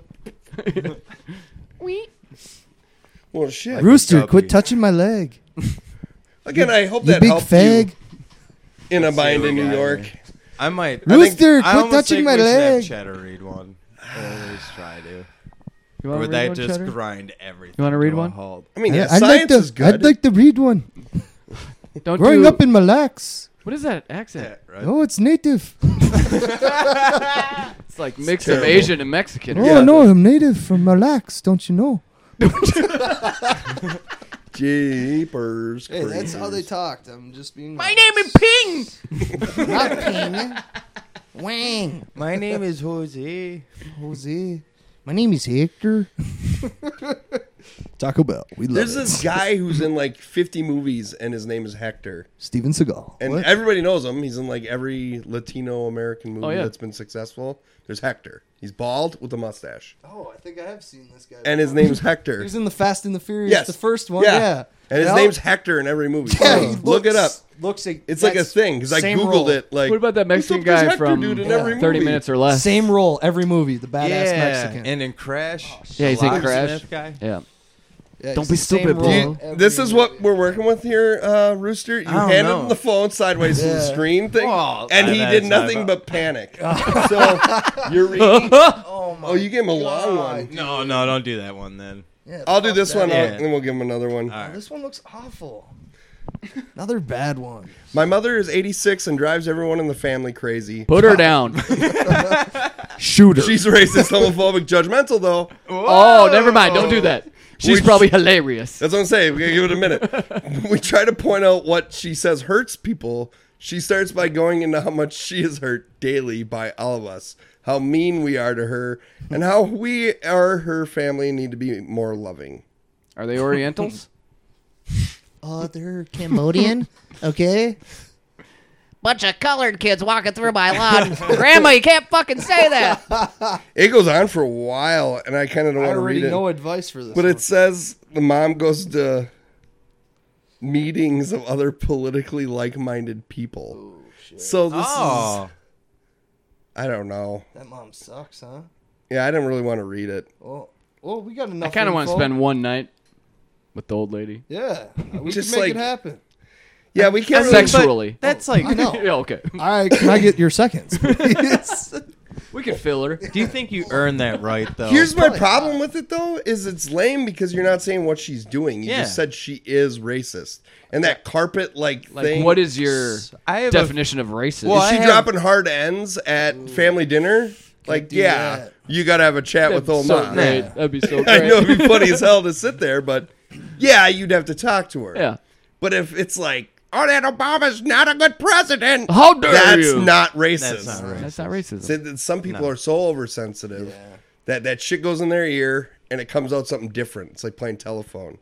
A: well, shit.
B: Rooster,
D: Dubby.
B: quit touching my leg.
A: Again, I hope
B: You
A: that
B: big
A: helped
B: fag.
A: you in a bind in
D: we
A: New
D: got
A: York.
D: here. I might.
B: Rooster,
D: I think, I
B: quit
D: almost
B: touching
D: think
B: my
D: we should have
B: leg.
D: Cheddar read one. Or at least try to.
E: You
D: Or
E: want
D: would
E: to read
D: that
E: one,
D: just
E: Cheddar?
D: grind everything?
E: You wanna read
D: to a
E: one?
D: halt?
A: I mean, yeah,
B: I'd
A: science
B: like to,
A: is good.
B: I'd like to read one.
E: Don't
B: Growing
E: do-
B: up in Mille Lacs.
E: What is that
D: Yeah,
E: accent?
D: right.
B: Oh,
A: [LAUGHS]
B: it's native.
E: It's like mix of
A: terrible.
E: Asian and Mexican.
B: Oh no, I'm native from Mille Lacs. Don't you know?
A: Jeepers. creepers.
B: talked. I'm just being. [LAUGHS]
C: is Ping.
B: not Ping. Wang.
D: My name is Jose.
B: Jose. My name is Hector. [LAUGHS] Taco Bell. We love
A: There's
B: it.
A: this guy who's in like 50 movies, and his name is Hector,
B: Steven Seagal.
A: and
B: What?
A: everybody knows him. He's in like every Latino American movie
E: Oh, yeah.
A: that's been successful. There's Hector. He's bald with a mustache,
B: oh, I think I have seen this guy.
A: and his name's Hector.
B: He's in the Fast and the Furious,
A: Yes.
B: the first one. Yeah.
A: Yeah. And his
B: Yeah.
A: name's Hector in every movie.
B: [LAUGHS] Yeah, he
A: [LAUGHS] Look it up.
B: looks- Looks like
A: It's like a
B: that's
A: thing because I
B: same
A: googled
B: role.
A: it. Like,
E: What about that
A: "What's up
E: Mexican
A: with this
E: guy
A: Hector
E: from
A: dude in
B: Yeah.
A: every
E: 30
A: movie?"
E: Minutes or Less?
B: Same role every movie. The badass
D: yeah.
B: Mexican.
D: And in Crash.
E: Yeah, he's in
D: Locksmith
E: Crash.
D: Guy.
E: Yeah.
B: Yeah,
E: Don't
B: it's
E: be
B: the same
E: stupid,
B: role
E: bro.
B: every
A: This is what
B: movie.
A: we're working with here, uh, Rooster. You
D: I don't
A: handed
D: know.
A: him the phone sideways to the
B: Yeah.
A: screen thing,
D: Well,
A: and
D: I-
A: he
D: that's
A: did
D: not
A: nothing
D: about-
A: but
B: [LAUGHS]
A: panic. so you're reading.
D: Oh my.
A: Oh, you gave him a long one.
D: No, no, don't do that one then.
B: Yeah,
A: I'll do
B: fuck
A: this
B: that.
A: one,
D: Yeah.
A: out, and then we'll give him another one.
D: All right.
B: This one looks awful. Another bad one.
A: My mother is 86 and drives everyone in the family crazy.
E: Put
A: [LAUGHS]
E: her down. [LAUGHS]
B: Shooter.
A: She's racist, homophobic, [LAUGHS] judgmental, though.
E: oh, never mind. Don't do that. She's
A: Which-
E: probably hilarious.
A: That's what I'm saying. We're gonna give it a minute. [LAUGHS] we try to point out what she says hurts people. She starts by going into how much she is hurt daily by all of us, how mean we are to her, and how we are her family and need to be more loving.
E: Are they
A: [LAUGHS]
E: Orientals?
B: Oh, they're Cambodian. okay.
C: Bunch of colored kids walking through my
B: [LAUGHS]
C: lawn. Grandma, you can't fucking say that.
A: It goes on for a while, and I kind of don't
B: I
A: want to read
B: already
A: it.
B: know advice for this.
A: But
B: one.
A: it says the mom goes to meetings of other politically like-minded people. So this is
D: Oh.
A: I don't know.
B: that mom sucks, huh?
A: Yeah, I didn't really want to read it.
B: Oh, oh, we got
E: I
B: enough.
E: kind of want to
B: info.
E: spend one night with the old lady.
B: Yeah,
A: [LAUGHS]
B: we
A: Just
B: can make
A: like-
B: it happen.
A: Yeah, we can't. Really,
E: Sexually.
D: That's like.
B: I know.
E: [LAUGHS] yeah, okay.
B: [LAUGHS] All right, can I get your [LAUGHS] seconds? please?
E: We can fill her.
D: Do you think you earn that right though?
A: Here's my
B: Probably
A: problem with it though: is it's lame because you're not saying what she's doing. You
D: Yeah.
A: just said she is racist, and that carpet like
E: Like,
A: thing.
E: what is your
D: I have a-
E: definition of racist?
D: Well,
A: is she
D: I have-
A: dropping hard ends at family dinner? Like,
B: do
A: yeah,
B: that.
A: you got to have a chat
E: That'd
A: with
E: be
A: old
E: so
A: mom.
E: great. That'd be so
A: I
E: great.
A: know [LAUGHS] it'd be
E: [LAUGHS]
A: funny as hell to sit there, but yeah, you'd have to talk to her.
E: Yeah.
A: But if it's like, oh, that Obama's not a good president,
E: How dare
A: that's
E: you?
A: not racist.
D: That's not right.
E: That's not racism.
A: See, th- Some people are so oversensitive that that shit goes in their ear and it comes out something different. It's like playing telephone.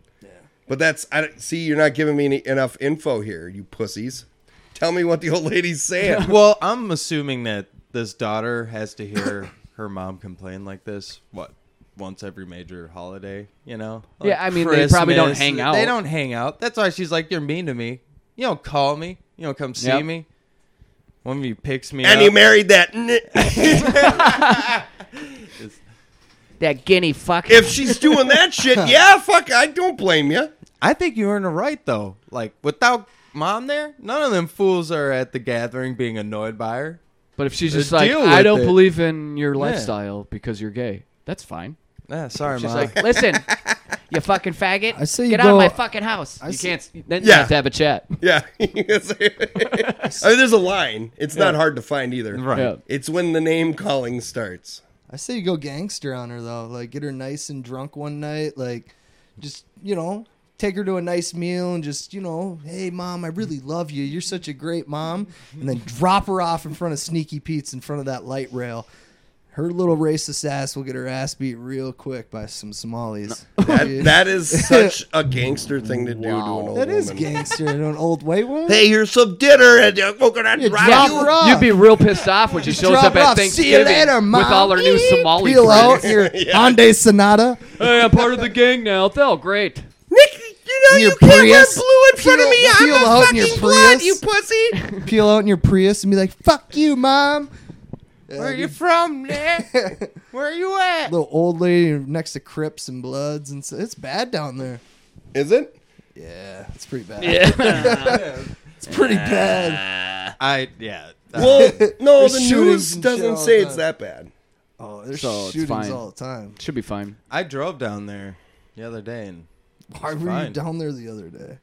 A: But that's I don't, see, you're not giving me any, enough info here, you pussies. Tell me what the old lady's [LAUGHS] saying.
D: Well, I'm assuming that this daughter has
E: [COUGHS]
D: to hear her mom complain like this. What? Once every major holiday, you know? Like
E: Yeah, I mean, they probably don't hang
D: They
E: out.
D: don't hang out. That's why she's like, "You're mean to me. You don't call me. You don't come see
E: Yep.
D: me." One of you picks me
A: and
D: up.
A: he married that. n-
C: That guinea fuck.
A: if she's doing that [LAUGHS] shit, yeah, fuck, I don't blame you.
D: I think you earn a right though. Like without mom there, none of them fools are at the gathering being annoyed by her.
E: but if she's
D: There's
E: just like,
D: deal
E: I
D: with
E: don't
D: it."
E: believe in your lifestyle because you're gay, that's fine.
D: Yeah, Ah, sorry,
E: She's
D: mom.
E: like,
C: Listen, you fucking faggot.
B: I say you
C: Get out of
B: go-
C: my fucking house.
B: I
E: you
B: see-
E: can't. Then you
A: Yeah.
E: have to have a chat.
A: Yeah. [LAUGHS] I mean, there's a line. It's not hard to find either.
D: right.
E: Yeah.
A: It's when the name calling starts.
B: I say you go gangster on her though. Like get her nice and drunk one night. Like just you know take her to a nice meal and just you know hey mom I really love you. You're such a great mom. And then drop her off in front of Sneaky Pete's in front of that light rail. Her little racist ass will get her ass beat real quick by some Somalis.
E: [LAUGHS]
A: That, that
B: [LAUGHS]
A: is such a gangster thing to do to an old
B: that
A: woman.
B: is gangster to an old white woman.
A: Hey, here's some dinner, and uh, we're gonna
B: You
A: drive
B: drop
A: you.
B: her off.
E: You'd be real pissed off when she shows
B: Drop
E: up at
B: off. See
E: Thanksgiving
B: you later,
E: with all her new
B: mommy.
E: Somali
B: Peel out
E: friends. [LAUGHS]
B: your Hyundai Sonata.
E: hey, I'm part of the gang now. They're all great.
A: Nick, you know
B: In
A: [LAUGHS]
B: your
A: you can't run
B: Prius?
A: blue in front of me.
B: Peel- peel
A: I'm a
B: out in your
A: fucking blood,
B: Prius?
A: you pussy.
B: [LAUGHS] Peel out in your Prius and be like, "Fuck you, mom." Uh,
D: Where you
B: [LAUGHS]
D: from, Nick? Where you at?
B: Little old lady next to Crips and Bloods, and so it's bad down there.
A: Is it?
B: Yeah, it's pretty bad. [LAUGHS]
D: it's
B: Pretty bad.
D: I yeah.
B: [LAUGHS]
A: Well, no,
B: There's
A: the
B: shootings
A: news
B: and shit
A: doesn't
B: all
A: say
B: the
A: it's
B: time.
A: that bad.
B: Oh, there's
E: So it's
B: shootings
E: fine.
B: all the time.
E: Should be fine.
D: I drove down there the other day and
B: Why were you
D: fine.
B: down there the other day?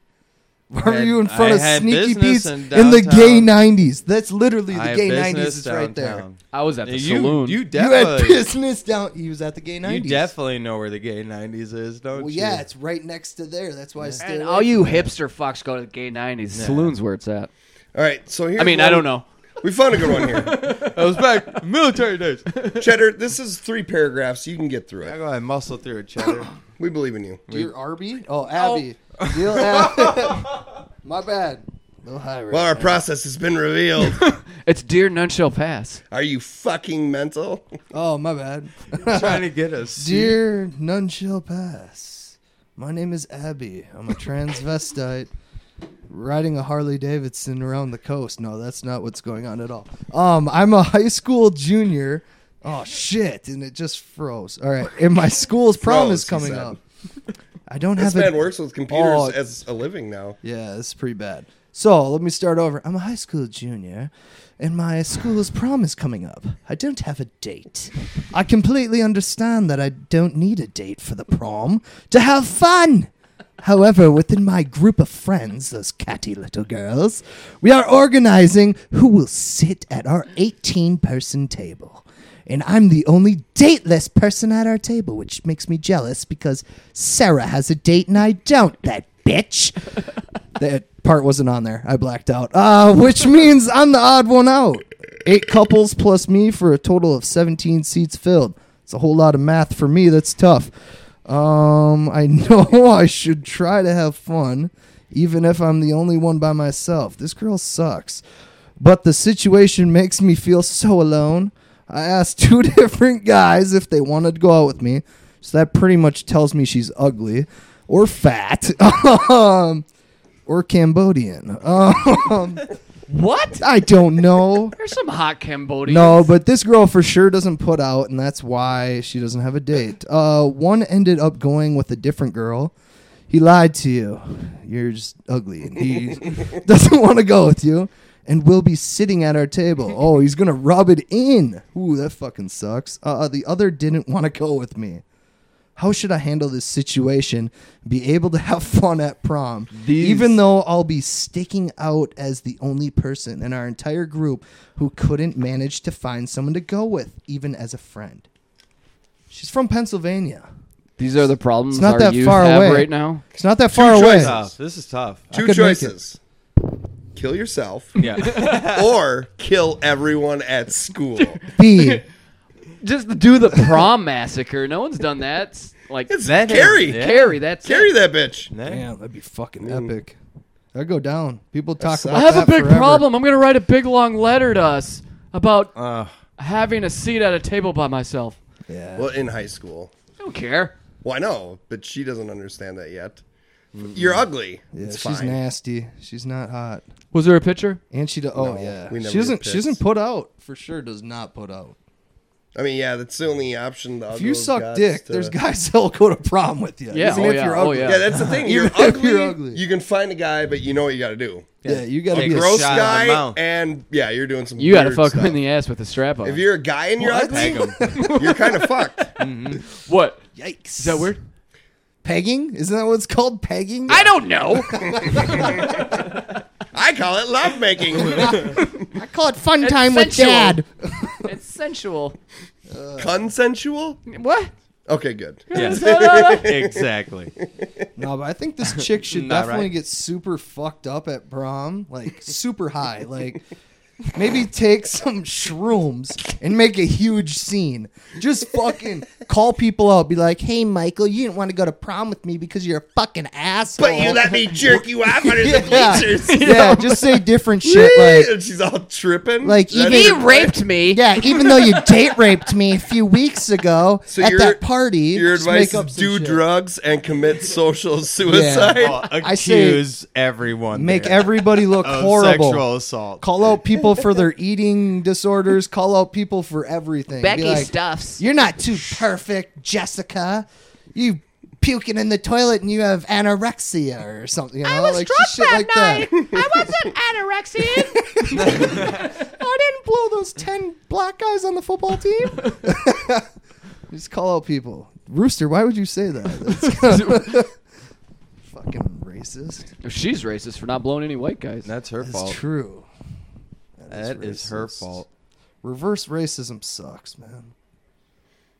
B: Why were
D: Had-
B: you in
D: I
B: front of
D: had
B: Sneaky
D: business
B: Beats in,
D: in
B: the gay
D: downtown.
B: '90s? That's literally the
D: I
B: gay
D: business
B: '90s. It's right there.
D: downtown.
E: I was at the
D: you,
E: saloon.
D: You
B: You had
D: definitely,
B: business down. He was at the gay
D: you,
B: '90s.
D: definitely know where the gay '90s is, don't
B: Well,
D: you?
B: yeah,
D: [LAUGHS]
B: it's right next to there. That's why I stayed.
C: And
B: away
C: all you
B: from there.
C: hipster fucks go to the gay 90s.
E: Saloon's where it's at.
A: All right, so here.
E: I mean, I don't know.
A: We found a good one
B: [LAUGHS]
A: here,
D: I was back military days.
A: Cheddar. This is three paragraphs. You can get through
D: I
A: it.
D: go ahead, muscle through it, cheddar.
A: We believe in you.
B: Dear Arby? Oh, Abby. Dear [LAUGHS] Ab- My bad. No high right
A: Well, our
B: now.
A: process has been
B: [LAUGHS]
A: revealed.
E: It's Deer None Shall Pass.
A: Are you fucking mental?
B: Oh,
A: [LAUGHS]
B: my bad.
D: Trying to get us.
B: Dear None Shall Pass. My name is Abby. I'm a transvestite [LAUGHS] riding a Harley Davidson around the coast. No, that's not what's going on at all. Um, I'm a high school junior. Oh shit, and it just froze. All right, and my school's
A: [LAUGHS]
B: prom
A: Froze,
B: is
A: he
B: coming
A: said.
B: up. I don't
A: This
B: have a
A: man works with computers
B: Oh.
A: as a living now.
B: Yeah, this is pretty bad. So let me start over. I'm a high school junior, and my school's prom is coming up. I don't have a date. I completely understand that I don't need a date for the prom to have fun. However, within my group of friends, those catty little girls, we are organizing who will sit at our 18 person table. And I'm the only dateless person at our table, which makes me jealous because Sarah has a date and I don't, that bitch. that part wasn't on there. I blacked out. Uh, which means I'm the odd one out. Eight couples plus me for a total of 17 seats filled. It's a whole lot of math for me. That's tough. Um, I [LAUGHS] know I should try to have fun, even if I'm the only one by myself. This girl sucks. But the situation makes me feel so alone. I asked [LAUGHS] two different guys if they wanted to go out with me. So that pretty much tells me she's ugly or fat. [LAUGHS] um, or Cambodian. Um,
C: What?
B: I don't know.
C: There's some hot Cambodians.
B: No, but this girl for sure doesn't put out, and that's why she doesn't have a date. Uh, one ended up going with a different girl. He lied to you. You're just ugly, and he doesn't want to go with you, and will be sitting at our table. Oh, he's gonna rub it in. Ooh, that fucking sucks. Uh, the other didn't want to go with me. How should I handle this situation? Be able to have [LAUGHS] fun at prom,
E: These-
B: even though I'll be sticking out as the only person in our entire group who couldn't manage to find someone to go with, even as a friend. She's from Pennsylvania.
E: These are the problems
B: It's not
E: our
B: that
E: youth
B: far
E: have
B: away.
E: right now.
B: It's not that far away.
A: choices.
D: Tough. This is tough.
A: Two
B: could make it.
A: choices. Kill yourself
D: [LAUGHS] Yeah.
A: or kill everyone at school.
B: B.
C: Just do the prom massacre. No one's done that. It's like,
A: [LAUGHS] It's
D: That is-
A: Carrie.
D: yeah.
C: carry. That's
A: Carry
C: it.
A: that bitch.
B: Damn, that'd be fucking epic. That'd go down. People talk
A: sucks.
B: about
A: I
C: I have a
B: that
C: big
B: forever.
C: problem. I'm going to write a big long letter to us about
D: Ugh.
C: having a seat at a table by myself.
B: Yeah.
A: Well, in high school.
C: I don't care.
A: Well, I know, but she doesn't understand that yet. You're ugly.
B: yeah,
A: it's
B: she's
A: fine.
B: nasty. She's not hot.
E: Was there a picture?
B: And she do- oh
A: No,
B: yeah.
A: we never
B: She
A: get
B: doesn't she
A: pics.
B: doesn't put out. For sure does not put out.
A: I mean, yeah, that's the only option. The
B: If you
A: uggles
B: suck
A: got
B: dick,
A: to-
B: there's guys [LAUGHS] that'll go to prom with you.
E: Yeah,
B: Even
E: oh
B: if
E: yeah,
B: you're
E: oh
B: ugly.
E: yeah.
A: Yeah, that's the thing. You're
B: Even if
A: ugly,
B: you're
A: you're
B: ugly.
A: ugly. You can find a guy, but you know what you got to do.
B: Yeah, you gotta
A: A
B: be a
A: gross
D: shot in the
A: guy,
D: mouth.
A: and yeah, you're doing some.
E: You got to
A: weird
E: fuck
A: stuff.
E: him in the ass with a strap on.
A: If you're a guy and you're
D: Peg 'em.
A: ugly, you're kind of fucked.
E: what?
B: Yikes.
E: Is that weird?
B: Pegging? Isn't that what it's called? Pegging?
C: I don't know.
A: I call it lovemaking.
B: I call it fun
C: It's
B: time with
C: sensual.
B: dad.
C: it's sensual.
A: Consensual?
C: What?
A: Okay, good.
D: [LAUGHS]
B: [LAUGHS]
D: Yeah. exactly.
B: No, but I think this
E: [LAUGHS]
B: chick should
D: Not
B: definitely
D: right.
B: get super fucked up at prom, like super high, like Maybe take some shrooms and make a huge scene. Just fucking call people out. Be like, hey, Michael, you didn't want to go to prom with me because you're a fucking asshole.
A: But you let me jerk you off under the
B: [LAUGHS] yeah.
A: bleachers. [LAUGHS]
B: yeah, just say different shit. Like,
A: and she's all tripping.
B: like,
A: That
B: even-
C: He
A: ain't right.
C: raped me.
B: Yeah, even though you date raped me a few weeks ago
A: So
B: at
A: your-
B: that party.
A: Your
B: just
A: advice
B: make up
A: is
B: some
A: do
B: shit.
A: drugs and
B: [LAUGHS]
A: commit social suicide.
B: I say-
D: accuse everyone.
B: Make
D: there
B: everybody look
D: of
B: horrible.
D: Oh, Sexual assault.
B: Call out people for their eating disorders. Call out people for everything. Be
C: Becky
B: like,
C: stuffs.
B: You're not too perfect, Jessica. You puking in the toilet and you have anorexia or something. You know?
C: I was
B: like,
C: drunk
B: just shit
C: that
B: like
C: night.
B: that.
C: I wasn't
B: [LAUGHS]
C: anorexic.
B: I didn't blow those 10 black guys on the football team. [LAUGHS] just call out people. Rooster, why would you say that? That's [LAUGHS] fucking racist.
E: She's racist for not blowing any white guys.
D: That's her
B: That's
D: fault.
B: true.
D: That is her
B: racist.
D: fault.
B: Reverse racism sucks, man.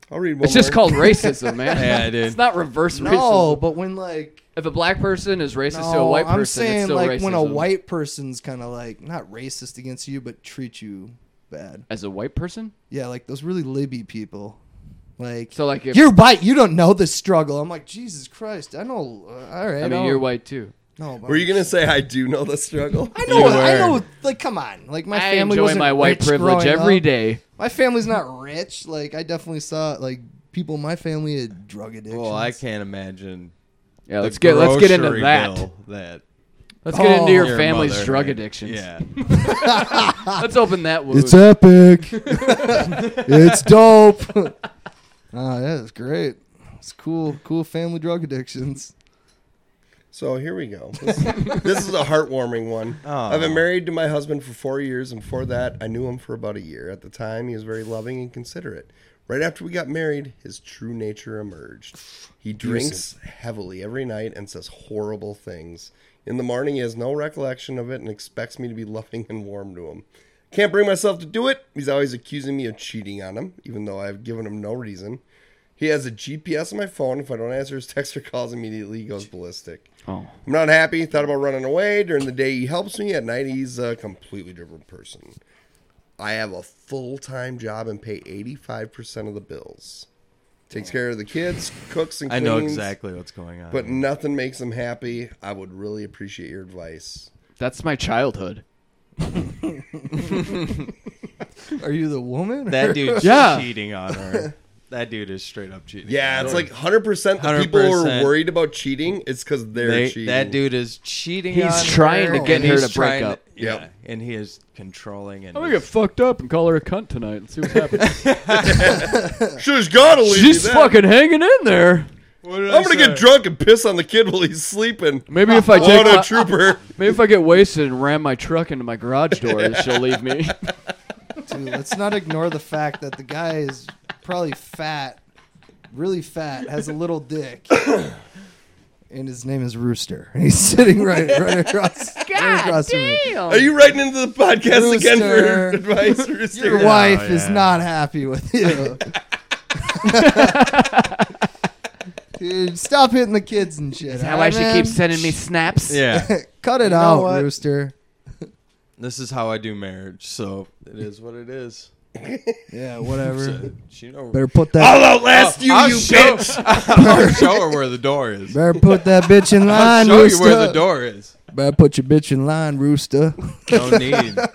A: I'll read one
E: it's just
A: more.
E: called racism, [LAUGHS] man.
B: [LAUGHS]
D: Yeah, dude.
E: It's not reverse
B: No,
E: racism.
B: but when like
E: If a black person is racist
B: no,
E: to a white person,
B: I'm saying
E: it's still
B: like
E: racism.
B: when a white person's kind of like not racist against you, but treat you bad.
E: as a white person,
B: Yeah, like those really libby people. Like
E: so like if
B: you're white, you don't know the struggle. I'm like Jesus Christ, I know. Uh, all right,
E: I mean
B: I'll-
E: you're white too.
B: No, but
A: Were you gonna say I do know the struggle?
B: I know.
D: You
B: I
D: were.
B: know. Like, come on. Like my
E: I
B: family
E: enjoy
B: wasn't
E: my white
B: rich
E: privilege
B: growing
E: every
B: up.
E: day.
B: My family's not rich. Like I definitely saw like people in my family had drug addiction. [LAUGHS]
D: Well, I can't imagine.
E: Yeah,
D: the
E: let's get let's get into
D: grocery
E: that.
D: bill that
E: Let's get into your,
D: your
E: family's
D: mother
E: drug
D: had.
E: addictions.
D: Yeah.
E: [LAUGHS] Let's open that wound.
B: It's [LAUGHS] epic. it's dope. Ah, yeah, it's great. It's cool, cool family drug addictions.
A: So here we
E: [LAUGHS]
A: go. This, this is a heartwarming one.
D: Aw.
A: I've been married to my husband for four years, and before that, I knew him for about a year. At the time, he was very loving and considerate. Right after we got married, his true nature emerged. He drinks heavily every night and says horrible things. In the morning, he has no recollection of it and expects me to be loving and warm to him. Can't bring myself to do it. He's always accusing me of cheating on him, even though I've given him no reason. He has a GPS on my phone. If I don't answer his [LAUGHS] texts or calls immediately, he goes ballistic.
E: oh.
A: I'm not happy. Thought about running away. During the day, he helps me. At night, he's a completely different person. I have a full time job and pay 85% of the bills. Takes care of the kids, cooks, and
D: I
A: cleans.
D: know exactly what's going on.
A: But nothing makes him happy. I would really appreciate your advice.
E: That's my childhood.
B: Are you the woman?
A: [LAUGHS]
D: that dude's
E: Yeah.
D: cheating on her. That dude is straight up cheating.
A: Yeah,
D: on
A: it's
D: her.
A: like 100% the people who are
D: 100%.
A: worried about cheating, it's because they're
D: They-
A: cheating.
D: that dude is cheating.
E: He's
D: on
E: trying
D: her,
E: to get
D: and
E: her
D: he's
E: to break
D: trying
E: up.
D: yeah,
A: Yep.
D: and he is controlling and.
E: I'm gonna get fucked up and call her a cunt tonight and see what
D: [LAUGHS]
E: happens.
A: She's gotta leave. me
E: She's
A: then.
E: fucking hanging in there.
A: I'm gonna get drunk and piss on the kid while he's sleeping.
E: Maybe if I take
A: What
E: my,
A: a trooper.
E: maybe if I get wasted and ram my truck into my garage
D: [LAUGHS]
E: door, then she'll leave me.
B: Dude, let's not ignore the fact that the guy is probably fat, really fat, has a little dick, [COUGHS] and his name is Rooster, and he's sitting right, right across, right
C: God
B: across from me.
C: damam
A: Are you writing into the podcast again for
B: Rooster.
A: [LAUGHS]
B: [LAUGHS]
A: advice? Rooster?
B: Your
D: Yeah,
B: wife is
D: yeah.
B: not happy with
D: [LAUGHS]
B: you. [LAUGHS] Dude, stop hitting the kids and shit.
C: That's how I should
B: man?
C: keep sending me
A: [LAUGHS]
C: snaps.
D: Yeah,
B: [LAUGHS] Cut it
D: know
B: out,
D: what?
B: Rooster.
D: this is how I do marriage. So it is what it is. [LAUGHS]
B: Yeah, whatever.
D: So she know. [LAUGHS]
B: better put that.
A: I'll outlast you,
D: Oh, I'll
A: you [LAUGHS]
D: show,
A: bitch.
D: I'll show her where the door is.
B: Better put that bitch in
D: [LAUGHS] I'll
B: line,
D: show you
B: Rooster.
D: where the door is.
B: Better put your bitch in line,
D: [LAUGHS]
B: Rooster.
D: No need.
A: [LAUGHS]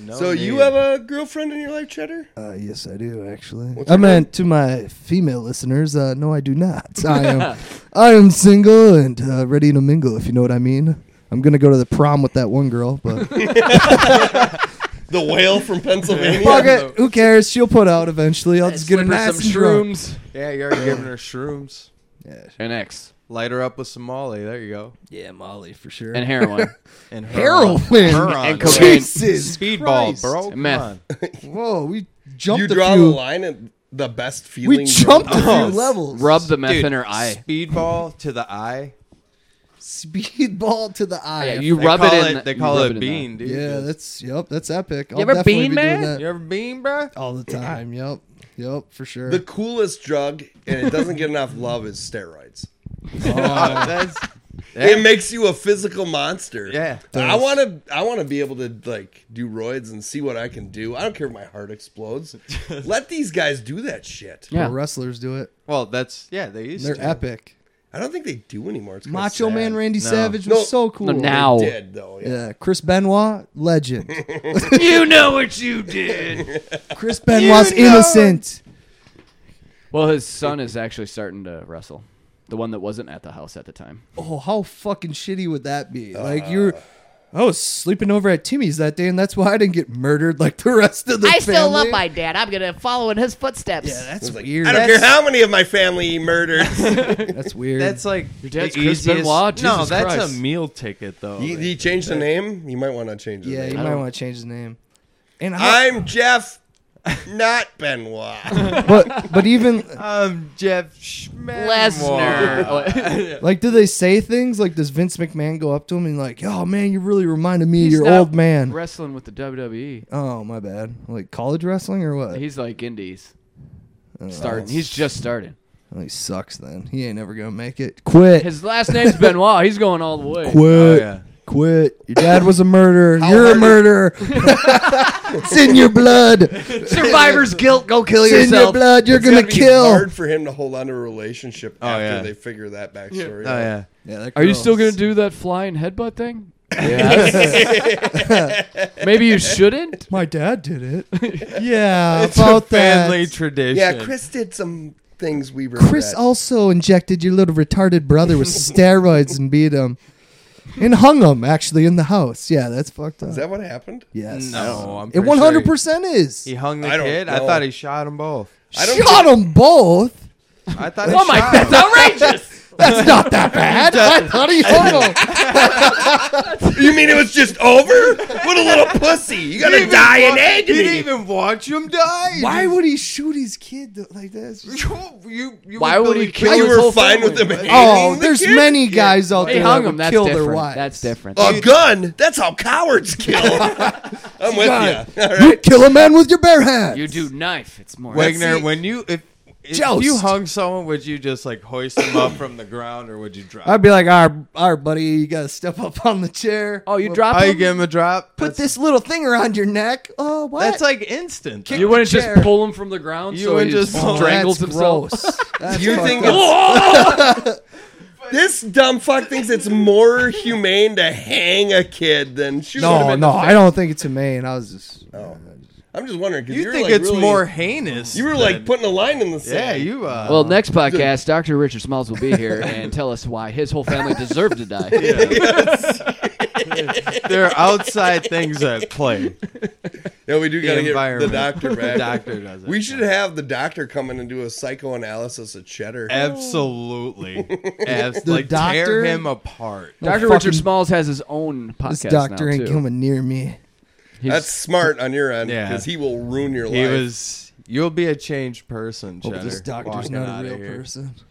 D: No
A: So you
D: need.
A: have a girlfriend in your life, Cheddar?
B: Uh, yes, I do actually.
A: What's
B: I
A: your
B: meant to my female listeners. Uh, no, I
A: [LAUGHS]
B: do not. I am, I am single and uh, ready to mingle. If you know what I mean. I'm gonna go to the prom with that one girl, but
A: [LAUGHS] The whale
D: [LAUGHS]
A: from Pennsylvania.
B: Fuck it. Who cares? She'll put out eventually. I'll just get a
E: Slip her
B: nice
E: some
B: and drunk.
E: shrooms
D: Yeah, you're already giving her shrooms.
B: Yeah.
E: and X
D: Light her up with some Molly. There you go.
B: Molly for sure.
E: and heroin.
D: And her
B: Heroin.
D: on- her on.
E: And cocaine.
B: [LAUGHS] Jesus
D: Speedball,
B: Christ.
D: bro.
E: And meth.
D: Come on.
B: Whoa, we
A: You
B: jumped
A: draw
B: a
A: the
B: few.
A: line at the best feeling.
B: we jumped a
D: Oh,
B: few levels.
E: Rub the meth
D: Dude,
E: in her eye.
D: Speedball to the eye.
B: speedball to the eye.
E: Yeah, you
D: They
E: rub
D: call
E: it in.
D: They
E: you
D: call
E: rub
D: it
E: in the eye.
D: bean, dude.
B: Yeah, that's yep. That's epic. I'll
C: ever
B: definitely
C: been,
B: be doing
C: man?
B: that
D: You ever bean, bro?
B: all the time. Yep, yep, for
A: [LAUGHS]
B: sure.
A: The
D: [LAUGHS]
A: coolest drug, and it doesn't get enough love, is steroids.
D: Oh, that's
A: It makes you a physical monster.
D: Yeah.
A: I want to. I want to be able to like do roids and see what I can do. I don't care if my heart
D: [LAUGHS]
A: explodes. Let these guys do that shit.
B: Pro
C: Yeah.
B: wrestlers do it.
D: Well, that's yeah. They used
B: They're
D: to.
B: epic.
A: I don't think they do anymore. It's kinda
B: Macho
A: sad.
B: Man Randy
D: No.
B: Savage was
A: No.
B: so cool.
C: No, now.
A: They did though. Yeah.
B: Yeah, Chris Benoit, legend.
C: [LAUGHS] you know what you did.
B: Chris Benoit's
D: know.
B: innocent.
E: [LAUGHS] Well, his son is actually starting to wrestle. The one that wasn't at the house at the time.
B: Oh, how fucking shitty would that be? Like you're. I was sleeping over at Timmy's that day, and that's why I didn't get murdered like the rest of the
C: I still love
B: family.
C: my dad. I'm gonna follow in his footsteps.
B: Yeah, that's
A: It's like,
B: weird.
A: I don't
B: that's,
A: care how many of my family he murdered.
B: [LAUGHS] [LAUGHS] that's
E: [LAUGHS]
B: weird.
D: That's like
E: Your dad's
D: the
E: Chris
D: easiest.
E: Benoit?
D: no,
E: Jesus
D: that's
E: Christ.
D: a meal ticket though.
A: you, you change the name. You might want to change. The
B: yeah,
A: name.
B: you
E: I
B: might
E: don't-
B: want to change his name. And I,
A: I'm
B: [LAUGHS]
A: Jeff, not Benoit.
B: but but even
D: um, Jeff Schmemoir.
E: Lesnar.
B: like, do they say things like? Does Vince McMahon go up to him and like, "Oh man, you really reminded me
E: He's
B: of your
E: not
B: old man"?
D: uh,
E: Wrestling
D: [LAUGHS]
E: with the WWE.
B: oh my bad. Like college wrestling or what?
E: He's like indies.
B: Oh,
E: Starting. He's just starting.
B: well, he sucks. Then he ain't never gonna make it. Quit.
E: His last name's Benoit. He's going all the way.
D: Oh,
B: Quit.
D: yeah.
B: Quit. Your dad was a murderer. You're
A: hard
B: a
A: is- [LAUGHS]
B: murderer. it's in your blood. It's
C: Survivor's guilt. Go kill
B: in your
C: yourself.
B: blood. You're
A: It's
B: gonna
A: gotta be
B: kill.
A: Hard for him to hold on to a relationship
D: Oh,
A: after
D: yeah.
A: they figure that backstory.
D: Oh yeah.
E: Are you still going to do that flying headbutt thing?
D: [LAUGHS]
E: Maybe you
B: [LAUGHS]
E: shouldn't.
B: [LAUGHS] My dad did it. yeah,
D: It's a
B: about that.
D: family tradition.
A: yeah. Chris did some things we regret.
B: Chris also injected your little retarded brother with steroids and beat him, and hung him actually in the house. Yeah, that's fucked up.
A: Is that what happened?
B: yes.
D: No, I'm
B: It
D: pretty
B: one hundred
D: sure
B: percent is.
D: He he hung the
A: I don't
D: kid. I
A: know.
D: thought he shot them both.
A: I don't
B: Shot them both.
E: [LAUGHS]
D: I thought.
C: Oh
D: he
C: my,
D: shot
C: that's
D: 'em.
C: outrageous.
B: That's not that bad. I thought he hung
E: [LAUGHS]
B: him.
A: You mean it was just over? What a little pussy! You gotta die in
D: You didn't
A: agony.
D: even watch him die.
B: Why would he shoot his kid though, like that?
D: You, [LAUGHS] you, you
E: Why would he kill
A: You
E: his
A: were
E: whole
A: fine
E: family?
A: with him. hating
B: Oh,
A: the
B: there's
A: kid?
B: many guys out
E: They
B: there
E: hung
B: that
E: him.
B: would
E: That's
B: kill
E: different.
B: their wives.
E: That's different.
A: A gun? That's how cowards kill.
B: [LAUGHS]
A: I'm with you. All
B: You
A: right.
B: kill a man with your bare hands.
E: you do knife. It's more.
D: Wagner?
A: see-
D: When you if, if
B: Joust.
D: you hung someone, would you just like hoist him up from the ground, or would you drop?
B: I'd be like, our, our buddy, you gotta step up on the chair.
E: Oh, you
B: Well,
E: drop
D: I
E: him.
D: give him a drop.
B: Put
D: that's,
B: this little thing around your neck. Oh, what?
D: That's like instant. though.
E: You wouldn't just
B: chair.
E: pull him from the ground.
D: You
E: so
D: wouldn't
E: he
D: just
E: just
D: pull him.
E: strangles
B: That's
E: himself. [LAUGHS]
B: [LAUGHS] Gross. That's
A: You
B: fucked
A: think
B: up.
A: it's- this dumb fuck thinks it's more humane to hang a kid than shoot him
B: No,
A: in
B: no,
A: the face?
B: I don't think it's humane. I was just.
A: I'm just wondering because
D: You
A: are
D: think
A: like
D: it's
A: really-
D: more heinous?
A: You were
D: than-
A: like putting a line in the
D: yeah.
A: sand.
D: You uh,
E: Well, next podcast, Dr. Richard Smalls will be here
D: [LAUGHS]
E: and tell us why his whole family deserved to die. [LAUGHS]
D: there are outside things at play.
A: Yeah, we do
D: The
A: gotta get the
D: environment. [LAUGHS]
A: doctor back.
D: The doctor does it.
A: We should have the doctor come in and do a psychoanalysis of cheddar.
B: [LAUGHS]
D: absolutely Abs-
B: The
D: like
B: doctor-
D: tear him apart.
E: Dr.
B: fucking-
E: Richard Smalls has his own podcast
B: This doctor
E: now,
B: ain't
E: too.
B: coming near me.
E: He's- [LAUGHS]
A: That's smart on your end
D: Yeah.
A: because he will ruin your life.
D: He was. You'll be a changed person.
B: Oh, but this
D: Cheddar,
B: doctor's
D: walking
B: not a
D: outta
B: real
D: here.
B: person.
D: [LAUGHS]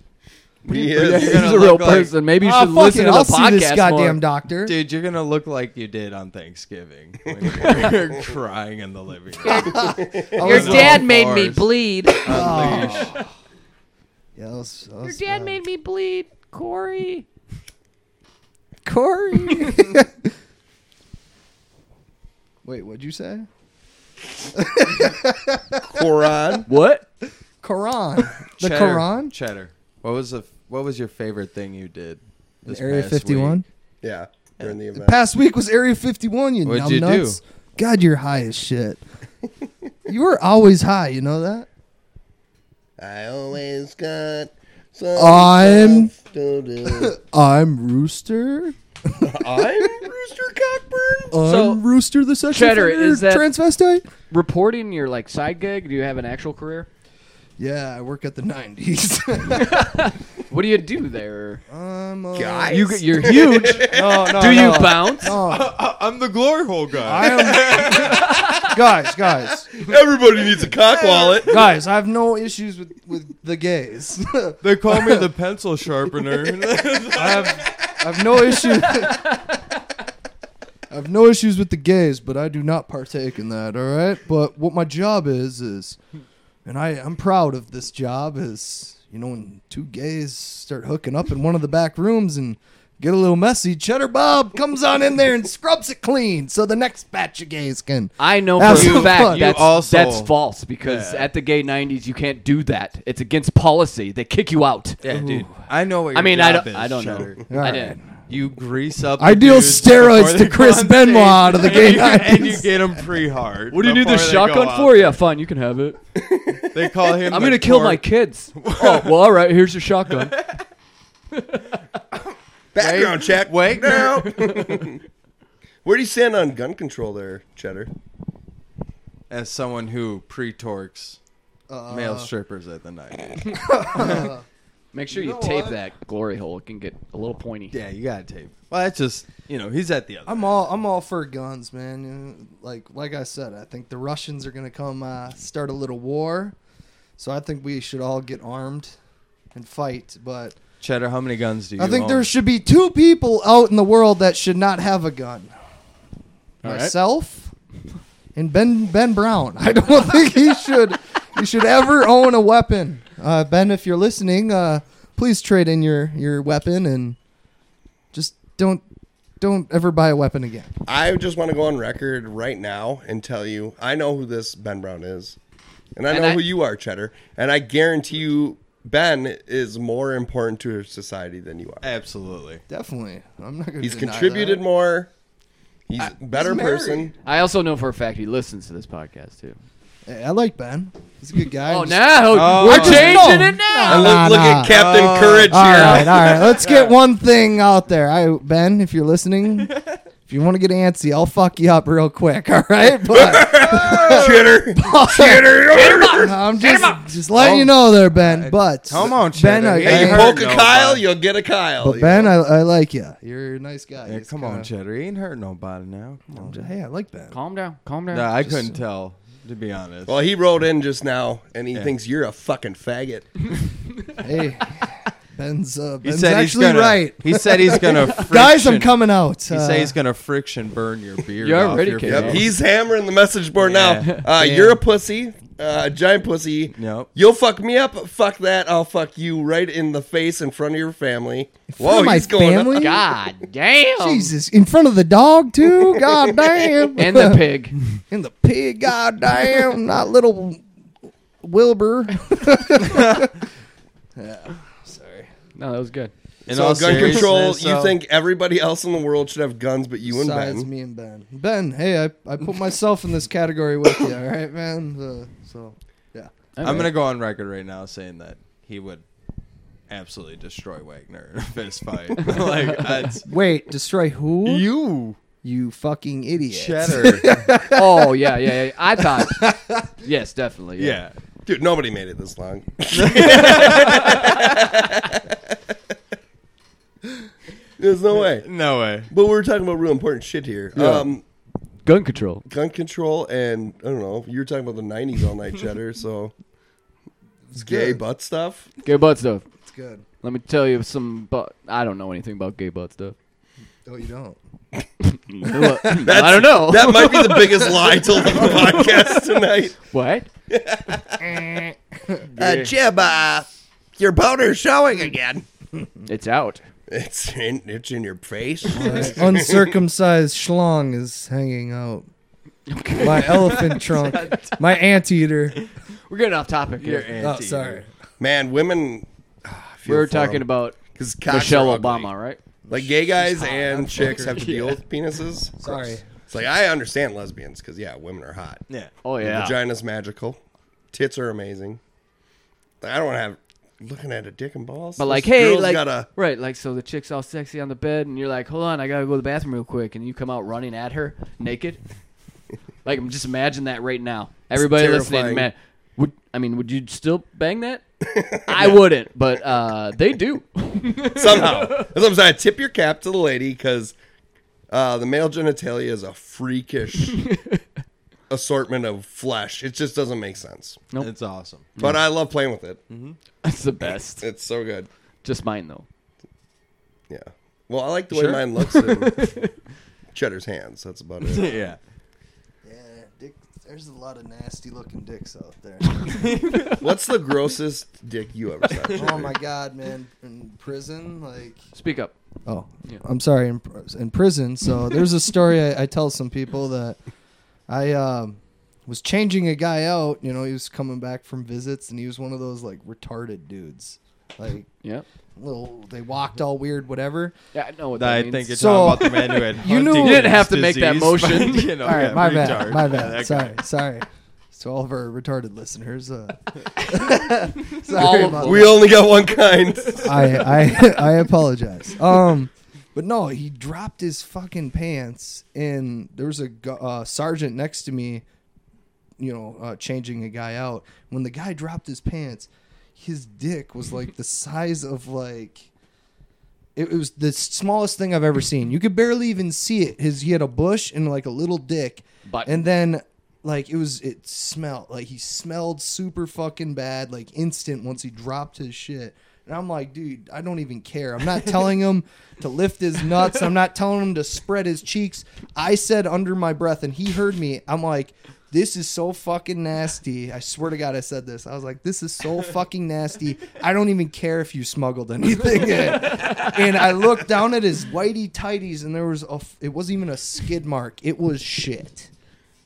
A: He
D: You're
A: is.
D: gonna
E: he's a
D: look
E: real
D: like-
E: person. Maybe you
B: Ah,
E: should
B: fuck
E: listen
B: it,
E: to the
B: I'll
E: podcast
B: see this goddamn
E: more.
B: doctor.
D: Dude, you're gonna look like you did on
B: [LAUGHS]
D: Thanksgiving when you're [LAUGHS] crying in the living room.
C: Your
D: was
C: dad
D: all
C: made me
D: bars.
C: bleed.
D: Unleashed.
B: Yeah, that was- that
C: Your
B: was
C: dad
B: bad.
C: made me bleed, Corey.
B: Corey. [LAUGHS] Wait, what'd you say?
A: Koran.
E: [LAUGHS] What?
B: [LAUGHS] Quran. The
D: Cheddar,
B: Quran?
D: Cheddar. What was the What was your favorite thing you did? This
B: Area
D: past
B: 51.
D: week?
A: [LAUGHS] Yeah, during the event.
B: Past week was Area 51, you
D: What'd
B: numb
D: you do?
B: nuts. God, you're high as [LAUGHS] shit. you were always high, you know that?
A: I always got some
B: I'm-
A: stuff to do.
B: I'm Rooster.
A: I'm Rooster Cockburn.
B: I'm
E: So,
B: Rooster the sex
E: Cheddar,
B: offender
E: is that-
B: transvestite.
E: Reporting your like side gig? Do you have an actual career?
B: Yeah, I work at the 90s.
E: What do you do there?
B: [LAUGHS] [LAUGHS] I'm uh,
A: Guys.
E: You you're huge.
B: [LAUGHS] No, no,
E: do you
B: no.
E: bounce?
B: No,
D: I, I'm the glory hole guy.
B: I am. [LAUGHS] guys, guys,
A: Everybody needs a cock wallet.
B: guys! I have no issues with with the gays. [LAUGHS]
D: they call me the pencil sharpener.
B: I have, I have no issue. [LAUGHS] I have no issues with the gays, but I do not partake in that. All right, but what my job is is, and I I'm proud of this job is you know when two gays start hooking up in one of the back rooms and Get a little messy. Cheddar Bob comes on in there and scrubs it clean so the next batch of gays can.
E: I know
B: Have
E: for
B: some
E: a
B: fun.
E: fact that's,
D: You also-
E: that's false because at the gay 90s you can't do that. It's against policy. They kick you out.
D: [LAUGHS] Yeah, dude. I know what your
E: I mean, I
D: job
E: don't,
D: is,
E: I don't
D: Shudder.
E: know.
B: All
E: I
B: right.
E: didn't.
D: You grease up. the
B: I deal
D: dudes
B: steroids
D: before
B: to
D: they go
B: Chris
D: on
B: Benoit
D: stage,
B: out of the gay
D: and you- [LAUGHS] And you
B: 90s.
D: get them pre hard.
E: What do you need this shotgun for? Yeah, fine, you can have it.
B: [LAUGHS]
D: They call him.
E: I'm
D: the
E: gonna kill my
D: twerp.
E: kids. oh, well, all right. Here's your shotgun.
A: Background check. [LAUGHS]
D: Wait,
A: now. Where do you stand on gun control there, Cheddar?
D: As someone who pre torques
B: Uh,
D: male strippers at the night.
E: [LAUGHS] Make sure you,
B: know
E: tape
B: what?
E: that glory hole. It can get a little pointy.
D: Yeah, you gotta tape. Well, that's just you know he's at the other.
B: I'm all I'm all for guns, man. You know, Like like I said, I think the Russians are gonna come uh, start a little war, so I think we should all get armed and fight. But
D: Cheddar, how many guns do you?
B: I think
D: own?
B: there should be two people out in the world that should not have a gun.
E: All right.
B: Myself and Ben Ben Brown. [LAUGHS] I don't think he should he should ever own a weapon. Uh, ben, if you're listening, uh, please trade in your your weapon and just don't don't ever buy a weapon again.
A: I just want to go on record right now and tell you I know who this Ben Brown is. And I
E: And
A: know
E: I-
A: who you are, Cheddar. And I guarantee you Ben is more important to our society than you are.
D: Absolutely.
B: Definitely, I'm not gonna.
A: He's
B: deny
A: contributed
B: that.
A: more. He's a better
B: he's married.
A: person.
E: I also know for a fact he listens to this podcast too.
B: Hey, I like Ben. He's a good guy.
E: Oh,
B: Just- [LAUGHS]
E: now
D: Oh.
E: we're
D: Just-
E: changing
B: no.
E: it now.
A: And Oh, look,
B: Nah,
A: look
B: nah. Oh,
A: at Captain Courage here.
B: All right, all right.
D: [LAUGHS]
B: Let's get one thing out there. I Ben, if
E: [LAUGHS]
B: you're listening, if you want to get antsy, I'll fuck you up real quick. [LAUGHS] All right,
A: [LAUGHS]
B: but [LAUGHS]
A: Cheddar.
D: [LAUGHS]
A: Cheddar.
B: I'm just just letting you know there, Ben. But
D: Oh. Come on,
B: Ben.
D: Cheddar.
B: I,
D: Hey,
A: hey,
B: I-
A: you
D: heard
A: poke a
D: nobody.
A: Kyle, you'll get a Kyle.
B: but Ben, I, I like you. You're a nice guy.
D: Yeah,
B: He's
D: come on,
B: kinda-
D: Cheddar. He ain't hurt nobody now. Come on.
B: Hey, I like Ben.
E: Calm down. Calm down.
D: No, I couldn't tell to be honest.
A: well, he rode in just now and he thinks you're a fucking faggot.
B: Hey, [LAUGHS] Ben's uh,
D: he
B: Ben's
D: said he's
B: actually
D: gonna,
B: right.
D: He said he's gonna.
B: [LAUGHS] Guys, I'm
D: friction-
B: coming out. uh,
D: He said he's gonna friction burn your beard.
E: You're
D: off
E: already
D: your
E: kidding.
A: Yep,
E: Yeah.
A: he's hammering the message board
D: Yeah.
A: now. Uh, you're a pussy, uh, a giant pussy.
D: Yep.
A: You'll fuck me up. Fuck that. I'll fuck you right in the face in front of your family.
B: Whoa, my family.
C: God damn.
B: Jesus, in front of the dog too. [LAUGHS] God damn.
E: [LAUGHS] And
B: [LAUGHS]
E: the pig.
B: And the pig, goddamn, not little [LAUGHS] Wilbur.
E: No, that was good.
D: In
A: so
D: all
A: gun control.
D: seriousness,
A: You
D: though,
A: think everybody else in the world should have guns, but you and
B: Besides
A: Ben?
B: me and Ben. Ben, hey, I, I put myself in this category with you, all right, man? Uh, so, yeah.
D: I'm gonna go on record right now saying that he would absolutely destroy Wagner in a
A: [LAUGHS]
D: fist fight. like that's
B: Wait, destroy who? You,
D: you,
B: fucking idiot.
D: Cheddar.
E: Oh yeah, yeah, yeah. I thought. yes, definitely. Yeah.
D: [LAUGHS] yeah.
A: Dude, nobody made it this
D: [LAUGHS]
A: long. There's no way.
D: No way.
A: But we're talking about real important shit here. Um,
E: Gun control.
A: gun control, and I don't know. You were talking about the '90s all night, [LAUGHS] Cheddar. So. Gay
B: good.
A: butt stuff.
E: Gay butt stuff.
B: That's good.
E: Let me tell you some. But I don't know anything about gay butt stuff.
B: Oh, you don't.
E: I don't know.
A: That might be the biggest lie till the [LAUGHS] podcast tonight.
E: what?
A: Uh, Jeb, uh, your boner's showing again.
E: It's out.
A: It's in, it's in your face.
B: Uncircumcised schlong is hanging out. My [LAUGHS] elephant trunk. My anteater.
E: We're getting off topic
D: You're
E: here.
D: anti.
B: Oh, sorry.
A: Man, women. ah,
E: We were talking about
A: because
E: Michelle Obama, right?
A: Like gay guys and chicks have to deal
E: [LAUGHS] Yeah.
A: with penises.
B: Sorry.
A: It's like I understand lesbians because yeah, women are hot.
D: Yeah.
E: Oh yeah.
A: Vagina's magical. Tits are amazing. Like, I don't want to have looking at a dick and balls.
E: But like,
A: This
E: hey,
A: girl's
E: like,
A: gotta-
E: right, like, so the chick's all sexy on the bed, and you're like, hold on, I gotta go to the bathroom real quick, and you come out running at her
D: [LAUGHS]
E: naked. like, I'm just imagine that right now. Everybody listening,
A: terrifying.
E: man, would I mean, would you still bang
D: [LAUGHS]
E: that? I wouldn't, but uh, they do. [LAUGHS]
A: somehow. That's what I'm saying. Tip your cap to the lady because uh, the male genitalia is a
E: [LAUGHS]
A: freakish assortment of flesh. It just doesn't make sense.
E: Mm-hmm.
D: It's awesome. [LAUGHS]
A: But I love playing with it.
E: That's the best.
A: It's so good.
E: Just mine though.
A: Yeah. Well, I like the way
D: Sure.
A: mine looks
E: [LAUGHS]
A: in Cheddar's hands. That's about it.
D: yeah.
B: Yeah, dick, there's a lot of nasty looking dicks out [LAUGHS] there.
A: What's the grossest dick you ever saw? [LAUGHS]
B: Oh
A: Cheddar?
B: my god, man! In prison, like
E: Speak up.
B: Oh,
E: Yeah.
B: I'm sorry, in, pr- in prison. So there's a story I, I tell some people that I um, was changing a guy out. You know, he was coming back from visits, and he was one of those like retarded dudes, like
E: Yep.
B: little. They walked all weird, whatever.
E: Yeah, I know what that
D: I
E: means.
D: think you're
B: So-
D: talking about the man who
B: [LAUGHS]
D: had
B: You knew-
D: Huntington's
B: You didn't
E: have to make that
D: disease,
E: motion.
D: but, [LAUGHS] you know,
B: All right,
D: yeah,
B: my
D: retard.
B: bad, my
D: Yeah,
B: bad.
D: that
B: sorry,
D: guy.
B: sorry. To all of our retarded listeners,
D: [LAUGHS]
B: uh, [LAUGHS] sorry
E: All of
B: about
E: them.
B: that.
A: We only got one
B: [LAUGHS]
A: kind.
B: I, I [LAUGHS] I apologize. Um, but no, he dropped his fucking pants, and there was a gu- uh, sergeant next to me, you know, uh, changing a guy out. When the guy dropped his pants, his dick was like the size of like. It it was the smallest thing I've ever seen. You could barely even see it. His he had a bush and like a little dick,
E: Button.
B: and then like it was it smelled like he smelled super fucking bad like instant once he dropped his shit and i'm like dude i don't even care i'm not telling him to lift his nuts i'm not telling him to spread his cheeks i said under my breath and he heard me i'm like this is so fucking nasty i swear to god i said this i was like this is so fucking nasty i don't even care if you smuggled anything in and I looked down at his whitey tighties, and there was a. f- It wasn't even a skid mark. It was shit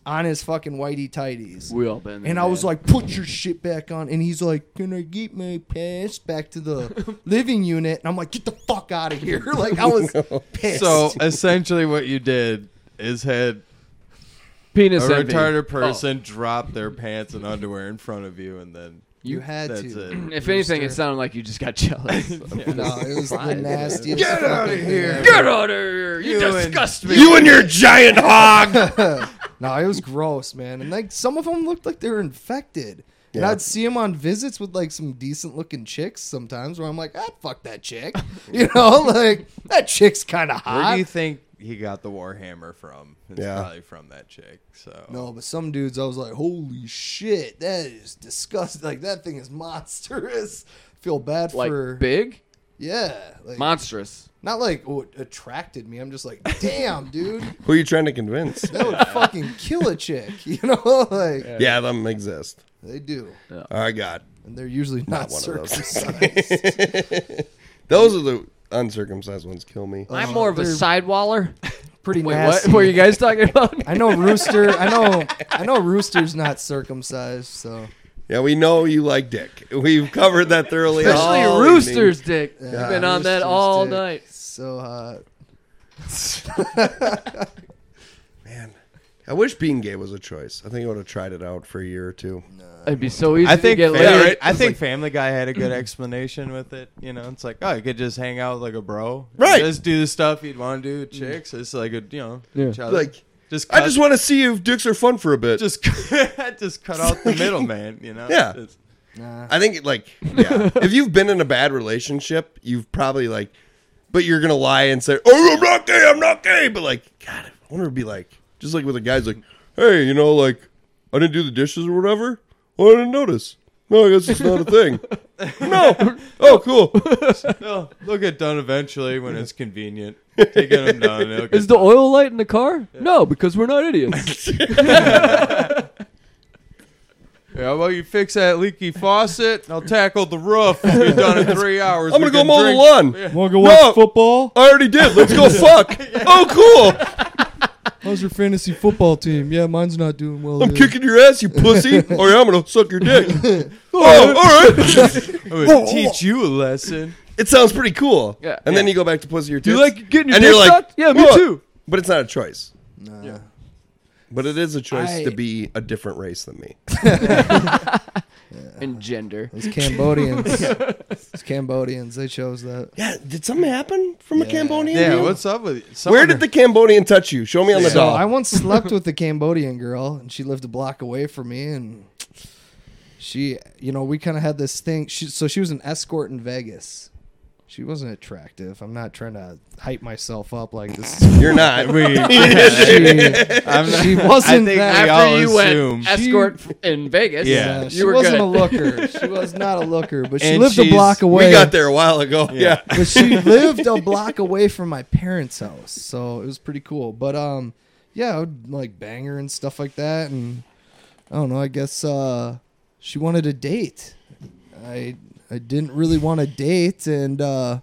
B: on his fucking whitey tighties.
E: We all been there.
B: And I was
E: man.
B: like, "Put your shit back on." And he's like, "Can I get my pants back to the living unit?" And I'm like, "Get the fuck out of here!" [LAUGHS] Like I was pissed.
D: So uh, essentially, what you did is had a
E: penis envy.
A: Oh.
D: retarded person drop their pants and underwear in front of you, and then
B: you had
D: that's
E: [CLEARS THROAT]
B: to.
D: it.
E: If anything, it
B: Rooster.
E: sounded like you just got
D: [LAUGHS]
E: jealous. [LAUGHS]
B: No, it was the nastiest.
A: Get outta
B: fucking thing
A: here.
B: ever.
E: Get out of here! You, disgust me.
A: [LAUGHS] You and your giant hog.
B: [LAUGHS] No, it was gross, man. And like some of them looked like they were infected. And
A: Yeah.
B: I'd see them on visits with like some decent looking chicks sometimes where I'm like, I'd fuck that chick. [LAUGHS] You know, like that chick's kind of
D: Where do you
B: hot.
D: think he got the Warhammer from? It's
A: Yeah.
D: probably from that chick. So
B: No, but some dudes, I was like, holy shit, that is disgusting. Like that thing is monstrous. Feel bad
E: like
B: for.
E: big,
B: Yeah. Like,
E: monstrous.
B: not like oh, it attracted me. I'm just [LAUGHS] like, damn, dude,
A: Who are you trying to convince?
B: that would fucking kill a chick. [LAUGHS] You know, like
A: Yeah, them exist.
B: they do.
A: I got
B: And they're usually not,
A: one of those.
B: circumcised.
A: those are the uncircumcised ones. Kill me.
B: Uh,
C: I'm more of a
B: they're
C: sidewaller.
B: [LAUGHS] Pretty
E: Wait, what?
B: nasty.
E: [LAUGHS] What were you guys talking about? [LAUGHS]
B: I know Rooster. I know. [LAUGHS] I know Rooster's not circumcised, so
A: Yeah, we know you like dick. We've covered that thoroughly.
E: [LAUGHS]
A: Oh,
E: Especially
A: all
E: Rooster's
A: evening.
E: dick.
B: Yeah,
E: You've been on that
B: Rooster's
E: all
B: dick.
E: night.
B: So uh, hot.
A: Man, I wish being gay was a choice. I think I would have tried it out for a year or two.
E: It'd be so easy
D: I think
E: to get
D: Family-
E: laid.
A: right?
D: I
A: It's
D: think
A: like-
D: Family Guy had
A: [CLEARS THROAT]
D: a good explanation with it. You know, it's like oh, you could just hang out with like a bro,
A: Right.
D: Just do the stuff you'd want to do with chicks. It's like a you know,
E: Yeah.
D: each other.
A: Like,
D: just
A: I
D: cut,
A: just want to see if dicks are fun for a bit.
D: [LAUGHS] just just cut [LAUGHS] out the middleman. You know,
A: Yeah.
D: It's-
B: Nah.
A: I think like yeah. if you've been in a bad relationship, you've probably like, but you're gonna lie and say, "Oh, I'm not gay. I'm not gay." But like, God, I wonder it'd be like just like with a guy's like, "Hey, you know, like I didn't do the dishes or whatever. Oh, I didn't notice. No, I guess it's not a thing. No. Oh, cool.
D: no, "Oh, they'll get done eventually when it's convenient. They get them done. they'll get
E: Is the oil light in the car? No, because we're not idiots.
D: Yeah, well, you fix that leaky faucet, and I'll tackle the roof. We're done in three hours.
A: I'm gonna
D: We
A: go
D: can
A: mow
D: drink-
A: the lawn.
B: Want to go
A: watch No.
B: football?
A: I already did. Let's go fuck. Oh, cool.
B: How's your fantasy football team? Yeah, mine's not doing well.
A: I'm kicking your ass, you pussy. Oh yeah, I'm gonna suck your dick. Oh, all right.
D: I'm gonna teach you a lesson.
A: It sounds pretty cool.
E: Yeah.
A: And then you go back to pussy your tits.
E: you like getting your
A: and
E: dick
A: you're like,
E: sucked? Yeah, me
A: "What?"
E: too.
A: But it's not a choice.
B: Nah.
A: But it is a choice
B: I-
A: to be a different race than me.
E: And gender.
B: Those Cambodians. Those Cambodians. They chose that.
A: Yeah. Did something happen from a
B: Yeah.
A: Cambodian?
D: Yeah,
A: dude?
D: what's up with you?
A: Where did the Cambodian touch you? Show me on the
D: Yeah.
B: So
A: doll.
B: I once slept with a Cambodian girl, and she lived a block away from me, and she, you know, we kind of had this thing. She, so she was an escort in Vegas. She wasn't attractive. I'm not trying to hype myself up like this.
A: [LAUGHS] You're
D: [LAUGHS]
A: not.
B: She,
D: I'm not-
B: she
D: I
B: wasn't
D: think
B: that.
D: we all
E: After you
D: assume.
E: went [LAUGHS] escort f- in Vegas,
D: Yeah.
B: Yeah, she
E: you were
B: wasn't
E: good.
B: a looker. She was not a looker, but she
D: And
B: lived a
D: she's-
B: block away.
A: we got there a while ago. Yeah.
D: Yeah.
B: But she lived a block away from my parents' house, so it was pretty cool. But um, yeah, I would like bang her and stuff like that, and I don't know. I guess uh, she wanted a date. I I didn't really want a date, and uh,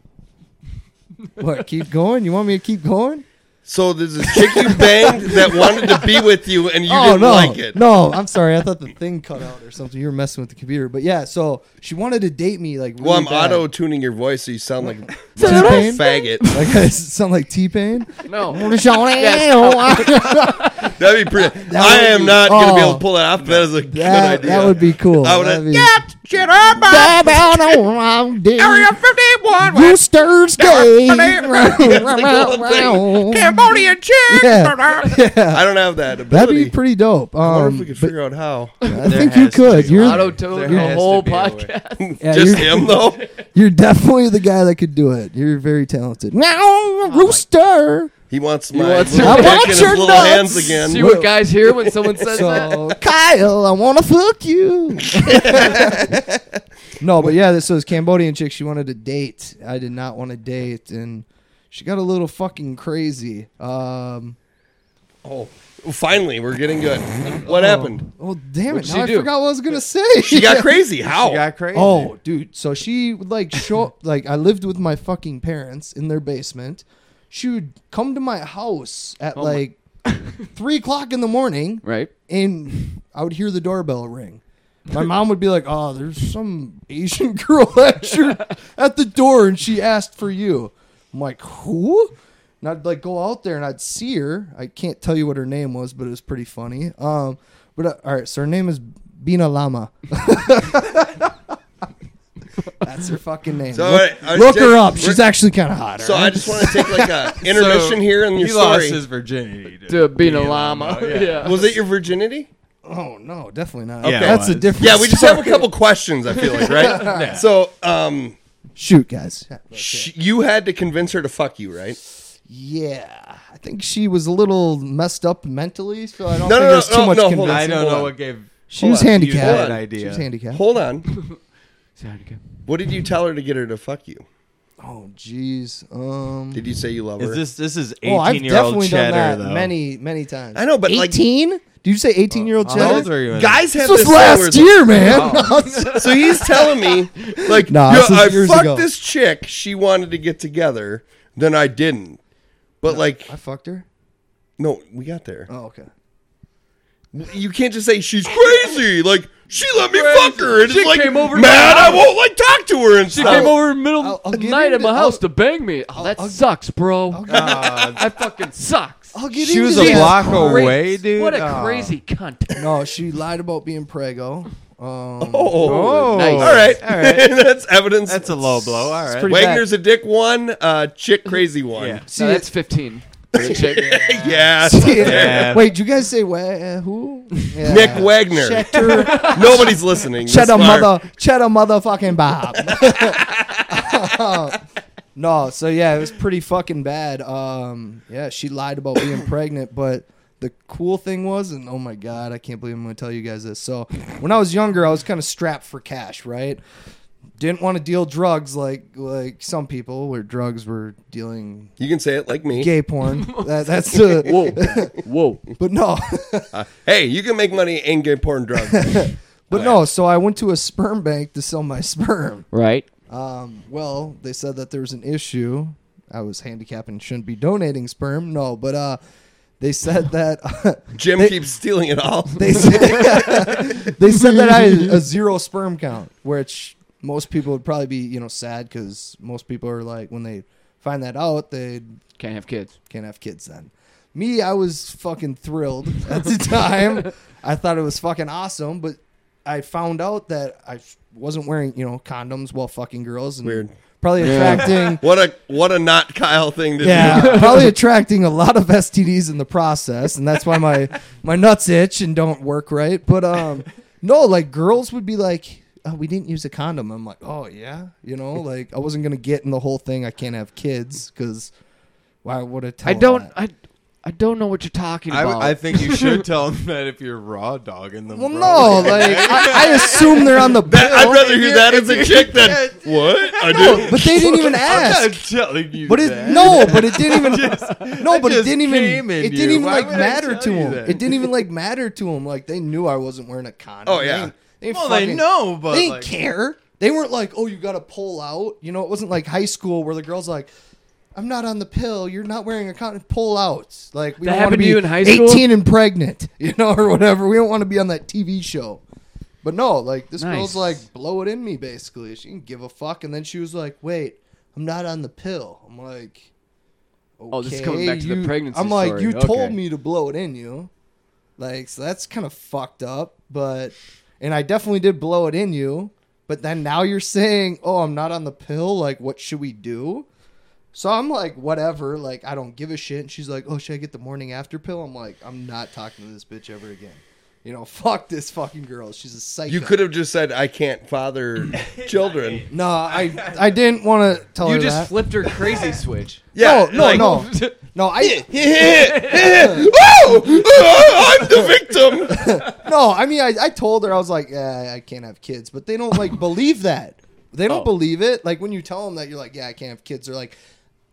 B: What? Keep going? You want me to keep going?
A: So there's a chick you banged that wanted to be with you, and you didn't
B: Oh, no,
A: like it.
B: no! I'm sorry. I thought the thing cut out or something. You were messing with the computer, but yeah. So she wanted to date me, like. Really
A: Well, I'm
B: bad.
A: auto tuning your voice so you sound like a
B: T-Pain?
A: faggot.
B: Like [LAUGHS] I sound like T Pain.
E: No.
B: that
A: That'd be pretty.
B: That
A: I
B: would
A: am
B: be-
A: not gonna be able
B: oh.
A: to pull that off. but That is a [LAUGHS] good idea.
B: that would be cool.
A: I would-
B: That'd be-
C: shit on
B: Bow, bow, no,
A: [LAUGHS]
B: I'm dead.
C: fifty-one.
B: Roosters gay. [LAUGHS]
A: [LAUGHS]
C: Cambodian chick.
B: Yeah.
A: I don't have that
B: That'd
A: ability.
B: be pretty dope.
A: I wonder if
B: Um,
A: we could
B: but
A: figure out how.
B: I think you could. You're,
E: Auto tune the whole podcast.
B: yeah, [LAUGHS]
A: Just
B: you're,
A: him though.
B: you're definitely the guy that could do it. You're very talented. Meow, rooster.
A: He wants my
E: wants
A: little
E: your-
A: dick
E: I
B: want
A: in his
B: your
A: little
B: nuts.
A: hands again.
E: [LAUGHS] See what guys hear when
A: [LAUGHS]
E: someone says that?
B: [LAUGHS] So Kyle, I want to fuck you. no, but yeah, this so this Cambodian chick. She wanted to date. I did not want to date, and she got a little fucking crazy. Um,
A: Oh, finally, we're getting good. What happened?
B: well, Oh, damn
E: What'd
B: it!
E: she
B: Now I
E: do?
B: forgot what I was gonna say.
A: She
B: [LAUGHS]
A: got crazy. How?
D: She got crazy.
B: Oh, dude. So she would like show [LAUGHS] like I lived with my fucking parents in their basement. She would come to my house at
E: Oh my- [LAUGHS]
B: like three o'clock in the morning,
E: Right.
B: and I would hear the doorbell ring. My mom would be like, "Oh, there's some Asian [LAUGHS] girl at your at the door, and she asked for you." I'm like, "Who?" And I'd like go out there and I'd see her. I can't tell you what her name was, but it was pretty funny. Um, but uh, all right, so her name is Bina Lama. [LAUGHS] That's her fucking name.
A: So, all
B: look
A: right, I was
B: look
A: just-
B: her up.
A: we're-
B: She's actually kind of hot.
A: So
B: all
A: I
B: right?
A: just want to take like
D: [LAUGHS]
A: a intermission here in
D: he
A: your
D: lost
A: story.
D: his virginity
E: To being a [LAUGHS] llama.
D: yeah.
E: Yeah.
A: Was
D: [LAUGHS]
A: it your virginity?
B: oh no, definitely not.
D: Yeah,
B: That's
D: it
B: a
D: was.
B: different.
A: Yeah, we just
B: story.
A: have a couple questions. I feel
D: [LAUGHS]
A: like right. So, um,
B: shoot, guys.
A: sh- you had to convince her to fuck you, right?
B: Yeah, I think she was a little messed up mentally, so I don't
A: No,
B: think
A: no, no,
B: there's too
A: no,
B: much
A: no, hold
B: convincing.
A: on.
D: I don't
A: Hold
D: know
A: on.
D: what gave.
B: She was
D: hold on,
B: handicapped.
D: You had
A: Hold
D: an
A: on.
D: idea.
B: She was handicapped.
A: Hold
D: [LAUGHS]
A: on.
E: Sound good.
A: What did you tell her to get her to fuck you?
B: Oh, jeez. Um,
A: Did you say you love her?
D: Is this this is eighteen
B: oh, I've
D: year old
B: definitely
D: cheddar
B: done that
D: though?
B: many, many times.
A: I know, but like-
B: eighteen? Did you say eighteen-year-old
D: How old
B: cheddar?
D: were you? in-
A: Guys
B: This
A: have
B: was
A: this thing where
B: last
A: they-
B: year, man. [LAUGHS]
A: So he's telling
D: [LAUGHS]
A: me, like,
B: Nah,
A: yo,
B: this was
A: I
B: years
A: fucked
B: ago.
A: this chick. She wanted to get together, then I didn't. But like,
B: I fucked her.
A: no, we got there.
B: Oh, okay.
A: You can't just say she's crazy. Like she let me fuck her, and
E: She
A: it's like
E: came over to
A: mad.
E: my
A: I
E: house.
A: won't like talk to her and
E: She
A: stuff.
E: came over in the middle
B: I'll-
E: of
B: I'll
E: the
B: get
E: night at
B: into-
E: my house
B: I'll-
E: to bang me. Oh, that
B: I'll-
E: sucks, bro.
B: [LAUGHS]
E: that fucking sucks.
B: I'll get
D: Uh, She
B: into
D: was a
B: that.
D: block
E: Crazy.
D: away, dude. Oh.
E: What a
D: Aw.
E: crazy cunt.
B: [LAUGHS] No, she lied about being prego. Um,
A: Oh,
D: Oh,
E: Nice.
A: all right,
D: All
A: [LAUGHS]
D: right.
A: that's evidence.
B: [LAUGHS]
D: [LAUGHS] That's a low blow. All right.
B: pretty-
A: Wagner's a dick one, uh, chick crazy one.
D: Yeah.
B: See,
E: No,
B: [LAUGHS]
E: that's 15. for the chick.
A: [LAUGHS] Yeah,
B: See,
D: Yeah.
B: Wait, did you guys say wa- who? Yeah.
A: Nick Wagner. [LAUGHS]
B: Schechter,
A: Nobody's listening. this
B: cheddar
A: far.
B: mother, cheddar motherfucking Bob. [LAUGHS] no, so yeah, it was pretty fucking bad. Um, yeah, she lied about being pregnant, but the cool thing was, and oh my god, I can't believe I'm going to tell you guys this. So when I was younger, I was kind of strapped for cash, right? Didn't want to deal drugs like like some people, where drugs were dealing
A: You can say it like me.
B: gay porn. that, that's the
E: Whoa. Whoa.
B: but no. [LAUGHS]
A: Uh, hey, you can make money and get porn drugs.
B: But no, so I went to a sperm bank to sell my sperm.
E: Right.
B: Um, well, they said that there was an issue. I was handicapped and shouldn't be donating sperm. No, but uh, they said that [LAUGHS]
A: Jim
B: They-
A: keeps stealing it all.
B: they said, [LAUGHS] they said that I had a zero sperm count, which most people would probably be you know sad because most people are like when they find that out they
E: Can't have kids.
B: can't have kids then. Me, I was fucking thrilled at the time. I thought it was fucking awesome, but I found out that I wasn't wearing, you know, condoms while fucking girls and
A: Weird.
B: probably attracting
A: What a what a not Kyle [LAUGHS] thing to do.
B: yeah, probably attracting a lot of STDs in the process, and that's why my my nuts itch and don't work right. But um, no, like girls would be like, oh, "We didn't use a condom." I'm like, "Oh yeah," you know, like I wasn't gonna get in the whole thing. I can't have kids because why would I tell?
E: I
B: them
E: don't.
B: that?
E: I, I don't know what you're talking
D: I,
E: about.
D: I think you
B: [LAUGHS]
D: should tell them that if you're raw dogging them.
B: Well, [LAUGHS]
D: bro. [LAUGHS]
B: no, like I, I assume they're [LAUGHS] on the
A: That- I'd
B: bill,
A: rather hear that as a chick
B: [LAUGHS]
D: [LAUGHS]
A: than what I do.
B: but they [LAUGHS] didn't even
D: I'm
B: ask.
D: not telling you
B: But it [LAUGHS]
D: that.
B: no, but it didn't even no, but it
D: just
B: didn't even
D: came in
B: it
D: you.
B: didn't even
D: Why
B: like
D: would I
B: matter
D: tell
B: to
D: you
B: him.
D: that?
B: It didn't even like matter to him. Like they knew I wasn't wearing a condom.
A: Oh, yeah.
B: they, they
D: Well, they
B: fucking-
D: know, but
B: they didn't
D: like,
B: care. They weren't like, oh, you got to pull out. You know, it wasn't like high school where the girls like. I'm not on the pill. You're not wearing a condom. Pull out. Like we
E: That
B: don't wanna
E: happened to
B: be
E: you in high school?
B: 18 and pregnant, [LAUGHS] you know, or whatever. We don't want to be on that TV show. But no, like this
E: Nice.
B: girl's like blow it in me basically. She didn't give a fuck. And then she was like, "Wait, I'm not on the pill." I'm like, okay,
E: Oh, this is coming back to the
B: you-
E: pregnancy
B: I'm like,
E: story.
B: you told
E: Okay.
B: me to blow it in you. Like, so that's kind of fucked up. But and I definitely did blow it in you. But then now you're saying, "Oh, I'm not on the pill. Like, what should we do?" So I'm like, whatever. Like, I don't give a shit. And she's like, oh, should I get the morning after pill? I'm like, I'm not talking to this bitch ever again. You know, [LAUGHS] fuck this fucking girl. She's a psycho.
A: You could have just said, "I can't
B: [LAUGHS]
A: father children."
B: No, I I didn't want to tell
E: You
B: her
E: just
B: that.
E: flipped her crazy switch.
A: Yeah,
B: no, no,
A: like- [LAUGHS]
B: no, no. I
A: oh, [LAUGHS] I'm the
B: [LAUGHS]
A: victim.
B: no. I mean, I, I told her I was like, yeah, I can't have kids, but they don't
D: [LAUGHS]
B: like believe that. They don't
E: Oh.
B: believe it. Like when you tell them that, you're like, yeah, I can't have kids. They're like,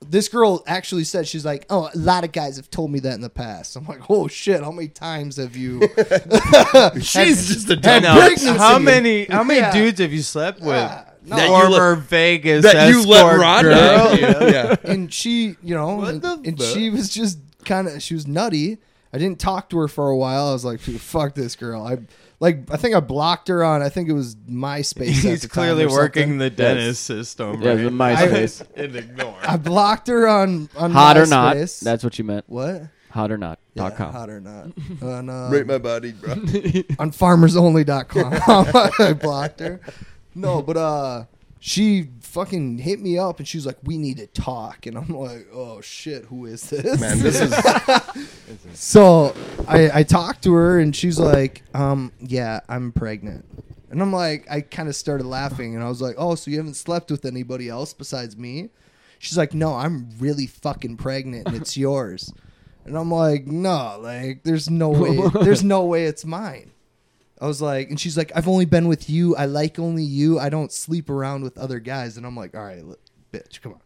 B: this girl actually said she's like, oh, a lot of guys have told me that in the past. I'm like, oh shit, how many times have
D: [LAUGHS]
B: you?
A: She's just a
B: Had
A: dumb
D: Now,
B: pregnancy.
D: how many how many
B: Yeah.
D: dudes have you slept with?
B: Ah, no.
A: That you let-
D: Former Vegas
A: that you let
D: escort
A: Ron
D: girl.
A: [LAUGHS] know. Yeah.
B: and she, you know,
D: Oh, What
B: and,
D: the
B: and
D: fuck?
B: she was just kind of she was nutty. I didn't talk to her for a while. I was like, "Dude, fuck this girl. I like I think I blocked her on I think it was MySpace. at
D: He's
B: the time
D: clearly
B: or
D: working
B: something.
D: the dentist system.
E: Yeah,
D: Right?
E: the MySpace.
D: [LAUGHS] and
B: [LAUGHS]
D: ignore.
B: I blocked her on on
E: Hot or not?
B: MySpace.
E: That's what you meant.
B: what.
E: Hot or not.
B: Yeah,
E: dot com.
B: Hot or not. on, uh,
A: Rape my body, bro.
B: on
A: [LAUGHS]
B: farmersonly.com. [LAUGHS] I blocked her. No, but uh she fucking hit me up and she's like, We need to talk and I'm like, Oh shit, who is this?
A: Man, this
B: [LAUGHS]
A: is
B: So I, I talked to her and she's like, um, yeah, I'm pregnant. And I'm like, I kind of started laughing and I was like, oh, so you haven't slept with anybody else besides me? She's like, no, I'm really fucking pregnant
A: [LAUGHS]
B: and it's yours. And I'm like, no, like, there's
A: [LAUGHS]
B: no way, there's no way it's mine. I was like, and she's like, I've only been with you. I like only you. I don't sleep around with other guys. And I'm like, all right, li- bitch, come on.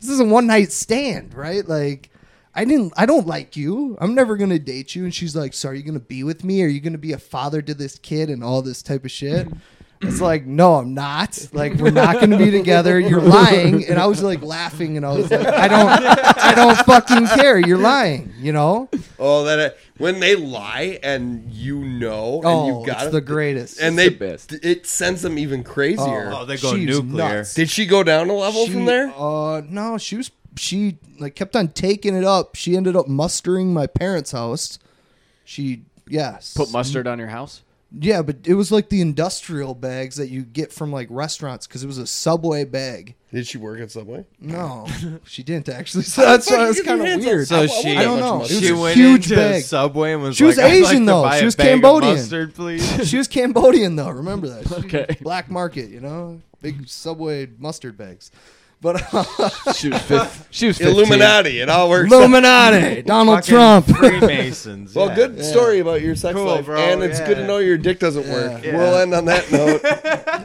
B: This is a one night stand, right? Like, I didn't, I don't like you. I'm never going to date you. And she's like, so are you going to be with me? Are you going to be a father to this kid and all this type of shit? It's like, no, I'm not. Like, we're not going to be together. You're lying. And I was like laughing and I was like, I don't, I don't fucking care. You're lying, you know?
A: oh that when they lie and you know and
B: Oh,
A: you got
B: it's
A: it,
B: the
A: [LAUGHS]
B: greatest.
A: and they
E: the best.
A: it sends them even crazier.
D: Oh, they go
B: she's
D: nuclear.
B: nuts.
A: Did she go down a level
B: She,
A: from there?
B: Uh, no, she was she like kept on taking it up. She ended up mustering my parents' house. She yes,
E: Put mustard on your house.
B: yeah, but it was like the industrial bags that you get from like restaurants because it was a Subway bag.
A: Did she work at Subway?
B: No, [LAUGHS] she didn't actually. So that's why it's kind of weird.
D: So she,
B: I don't know. It was
D: She
B: a
D: went
B: huge
D: into
B: bag.
D: Subway and was
B: She was
D: like, "I'd like
B: Asian,
D: to
B: though.
D: buy
B: She
D: a
B: was
D: bag of
B: Cambodian.
D: Mustard, please.
B: she was Cambodian though. Remember that? She-
E: Okay.
B: black market. You know, big Subway mustard bags. But [LAUGHS] uh,
E: She was fif- she was 15.
A: Illuminati. It all works.
B: [LAUGHS] Illuminati, [LAUGHS] Donald
D: Fucking
B: Trump.
D: Freemasons.
A: Well,
D: yeah.
A: good story about your sex
D: Cool,
A: life,
D: bro,
A: and it's
D: yeah.
A: good to know your dick doesn't work.
B: [LAUGHS]
D: Yeah.
A: We'll end on that note.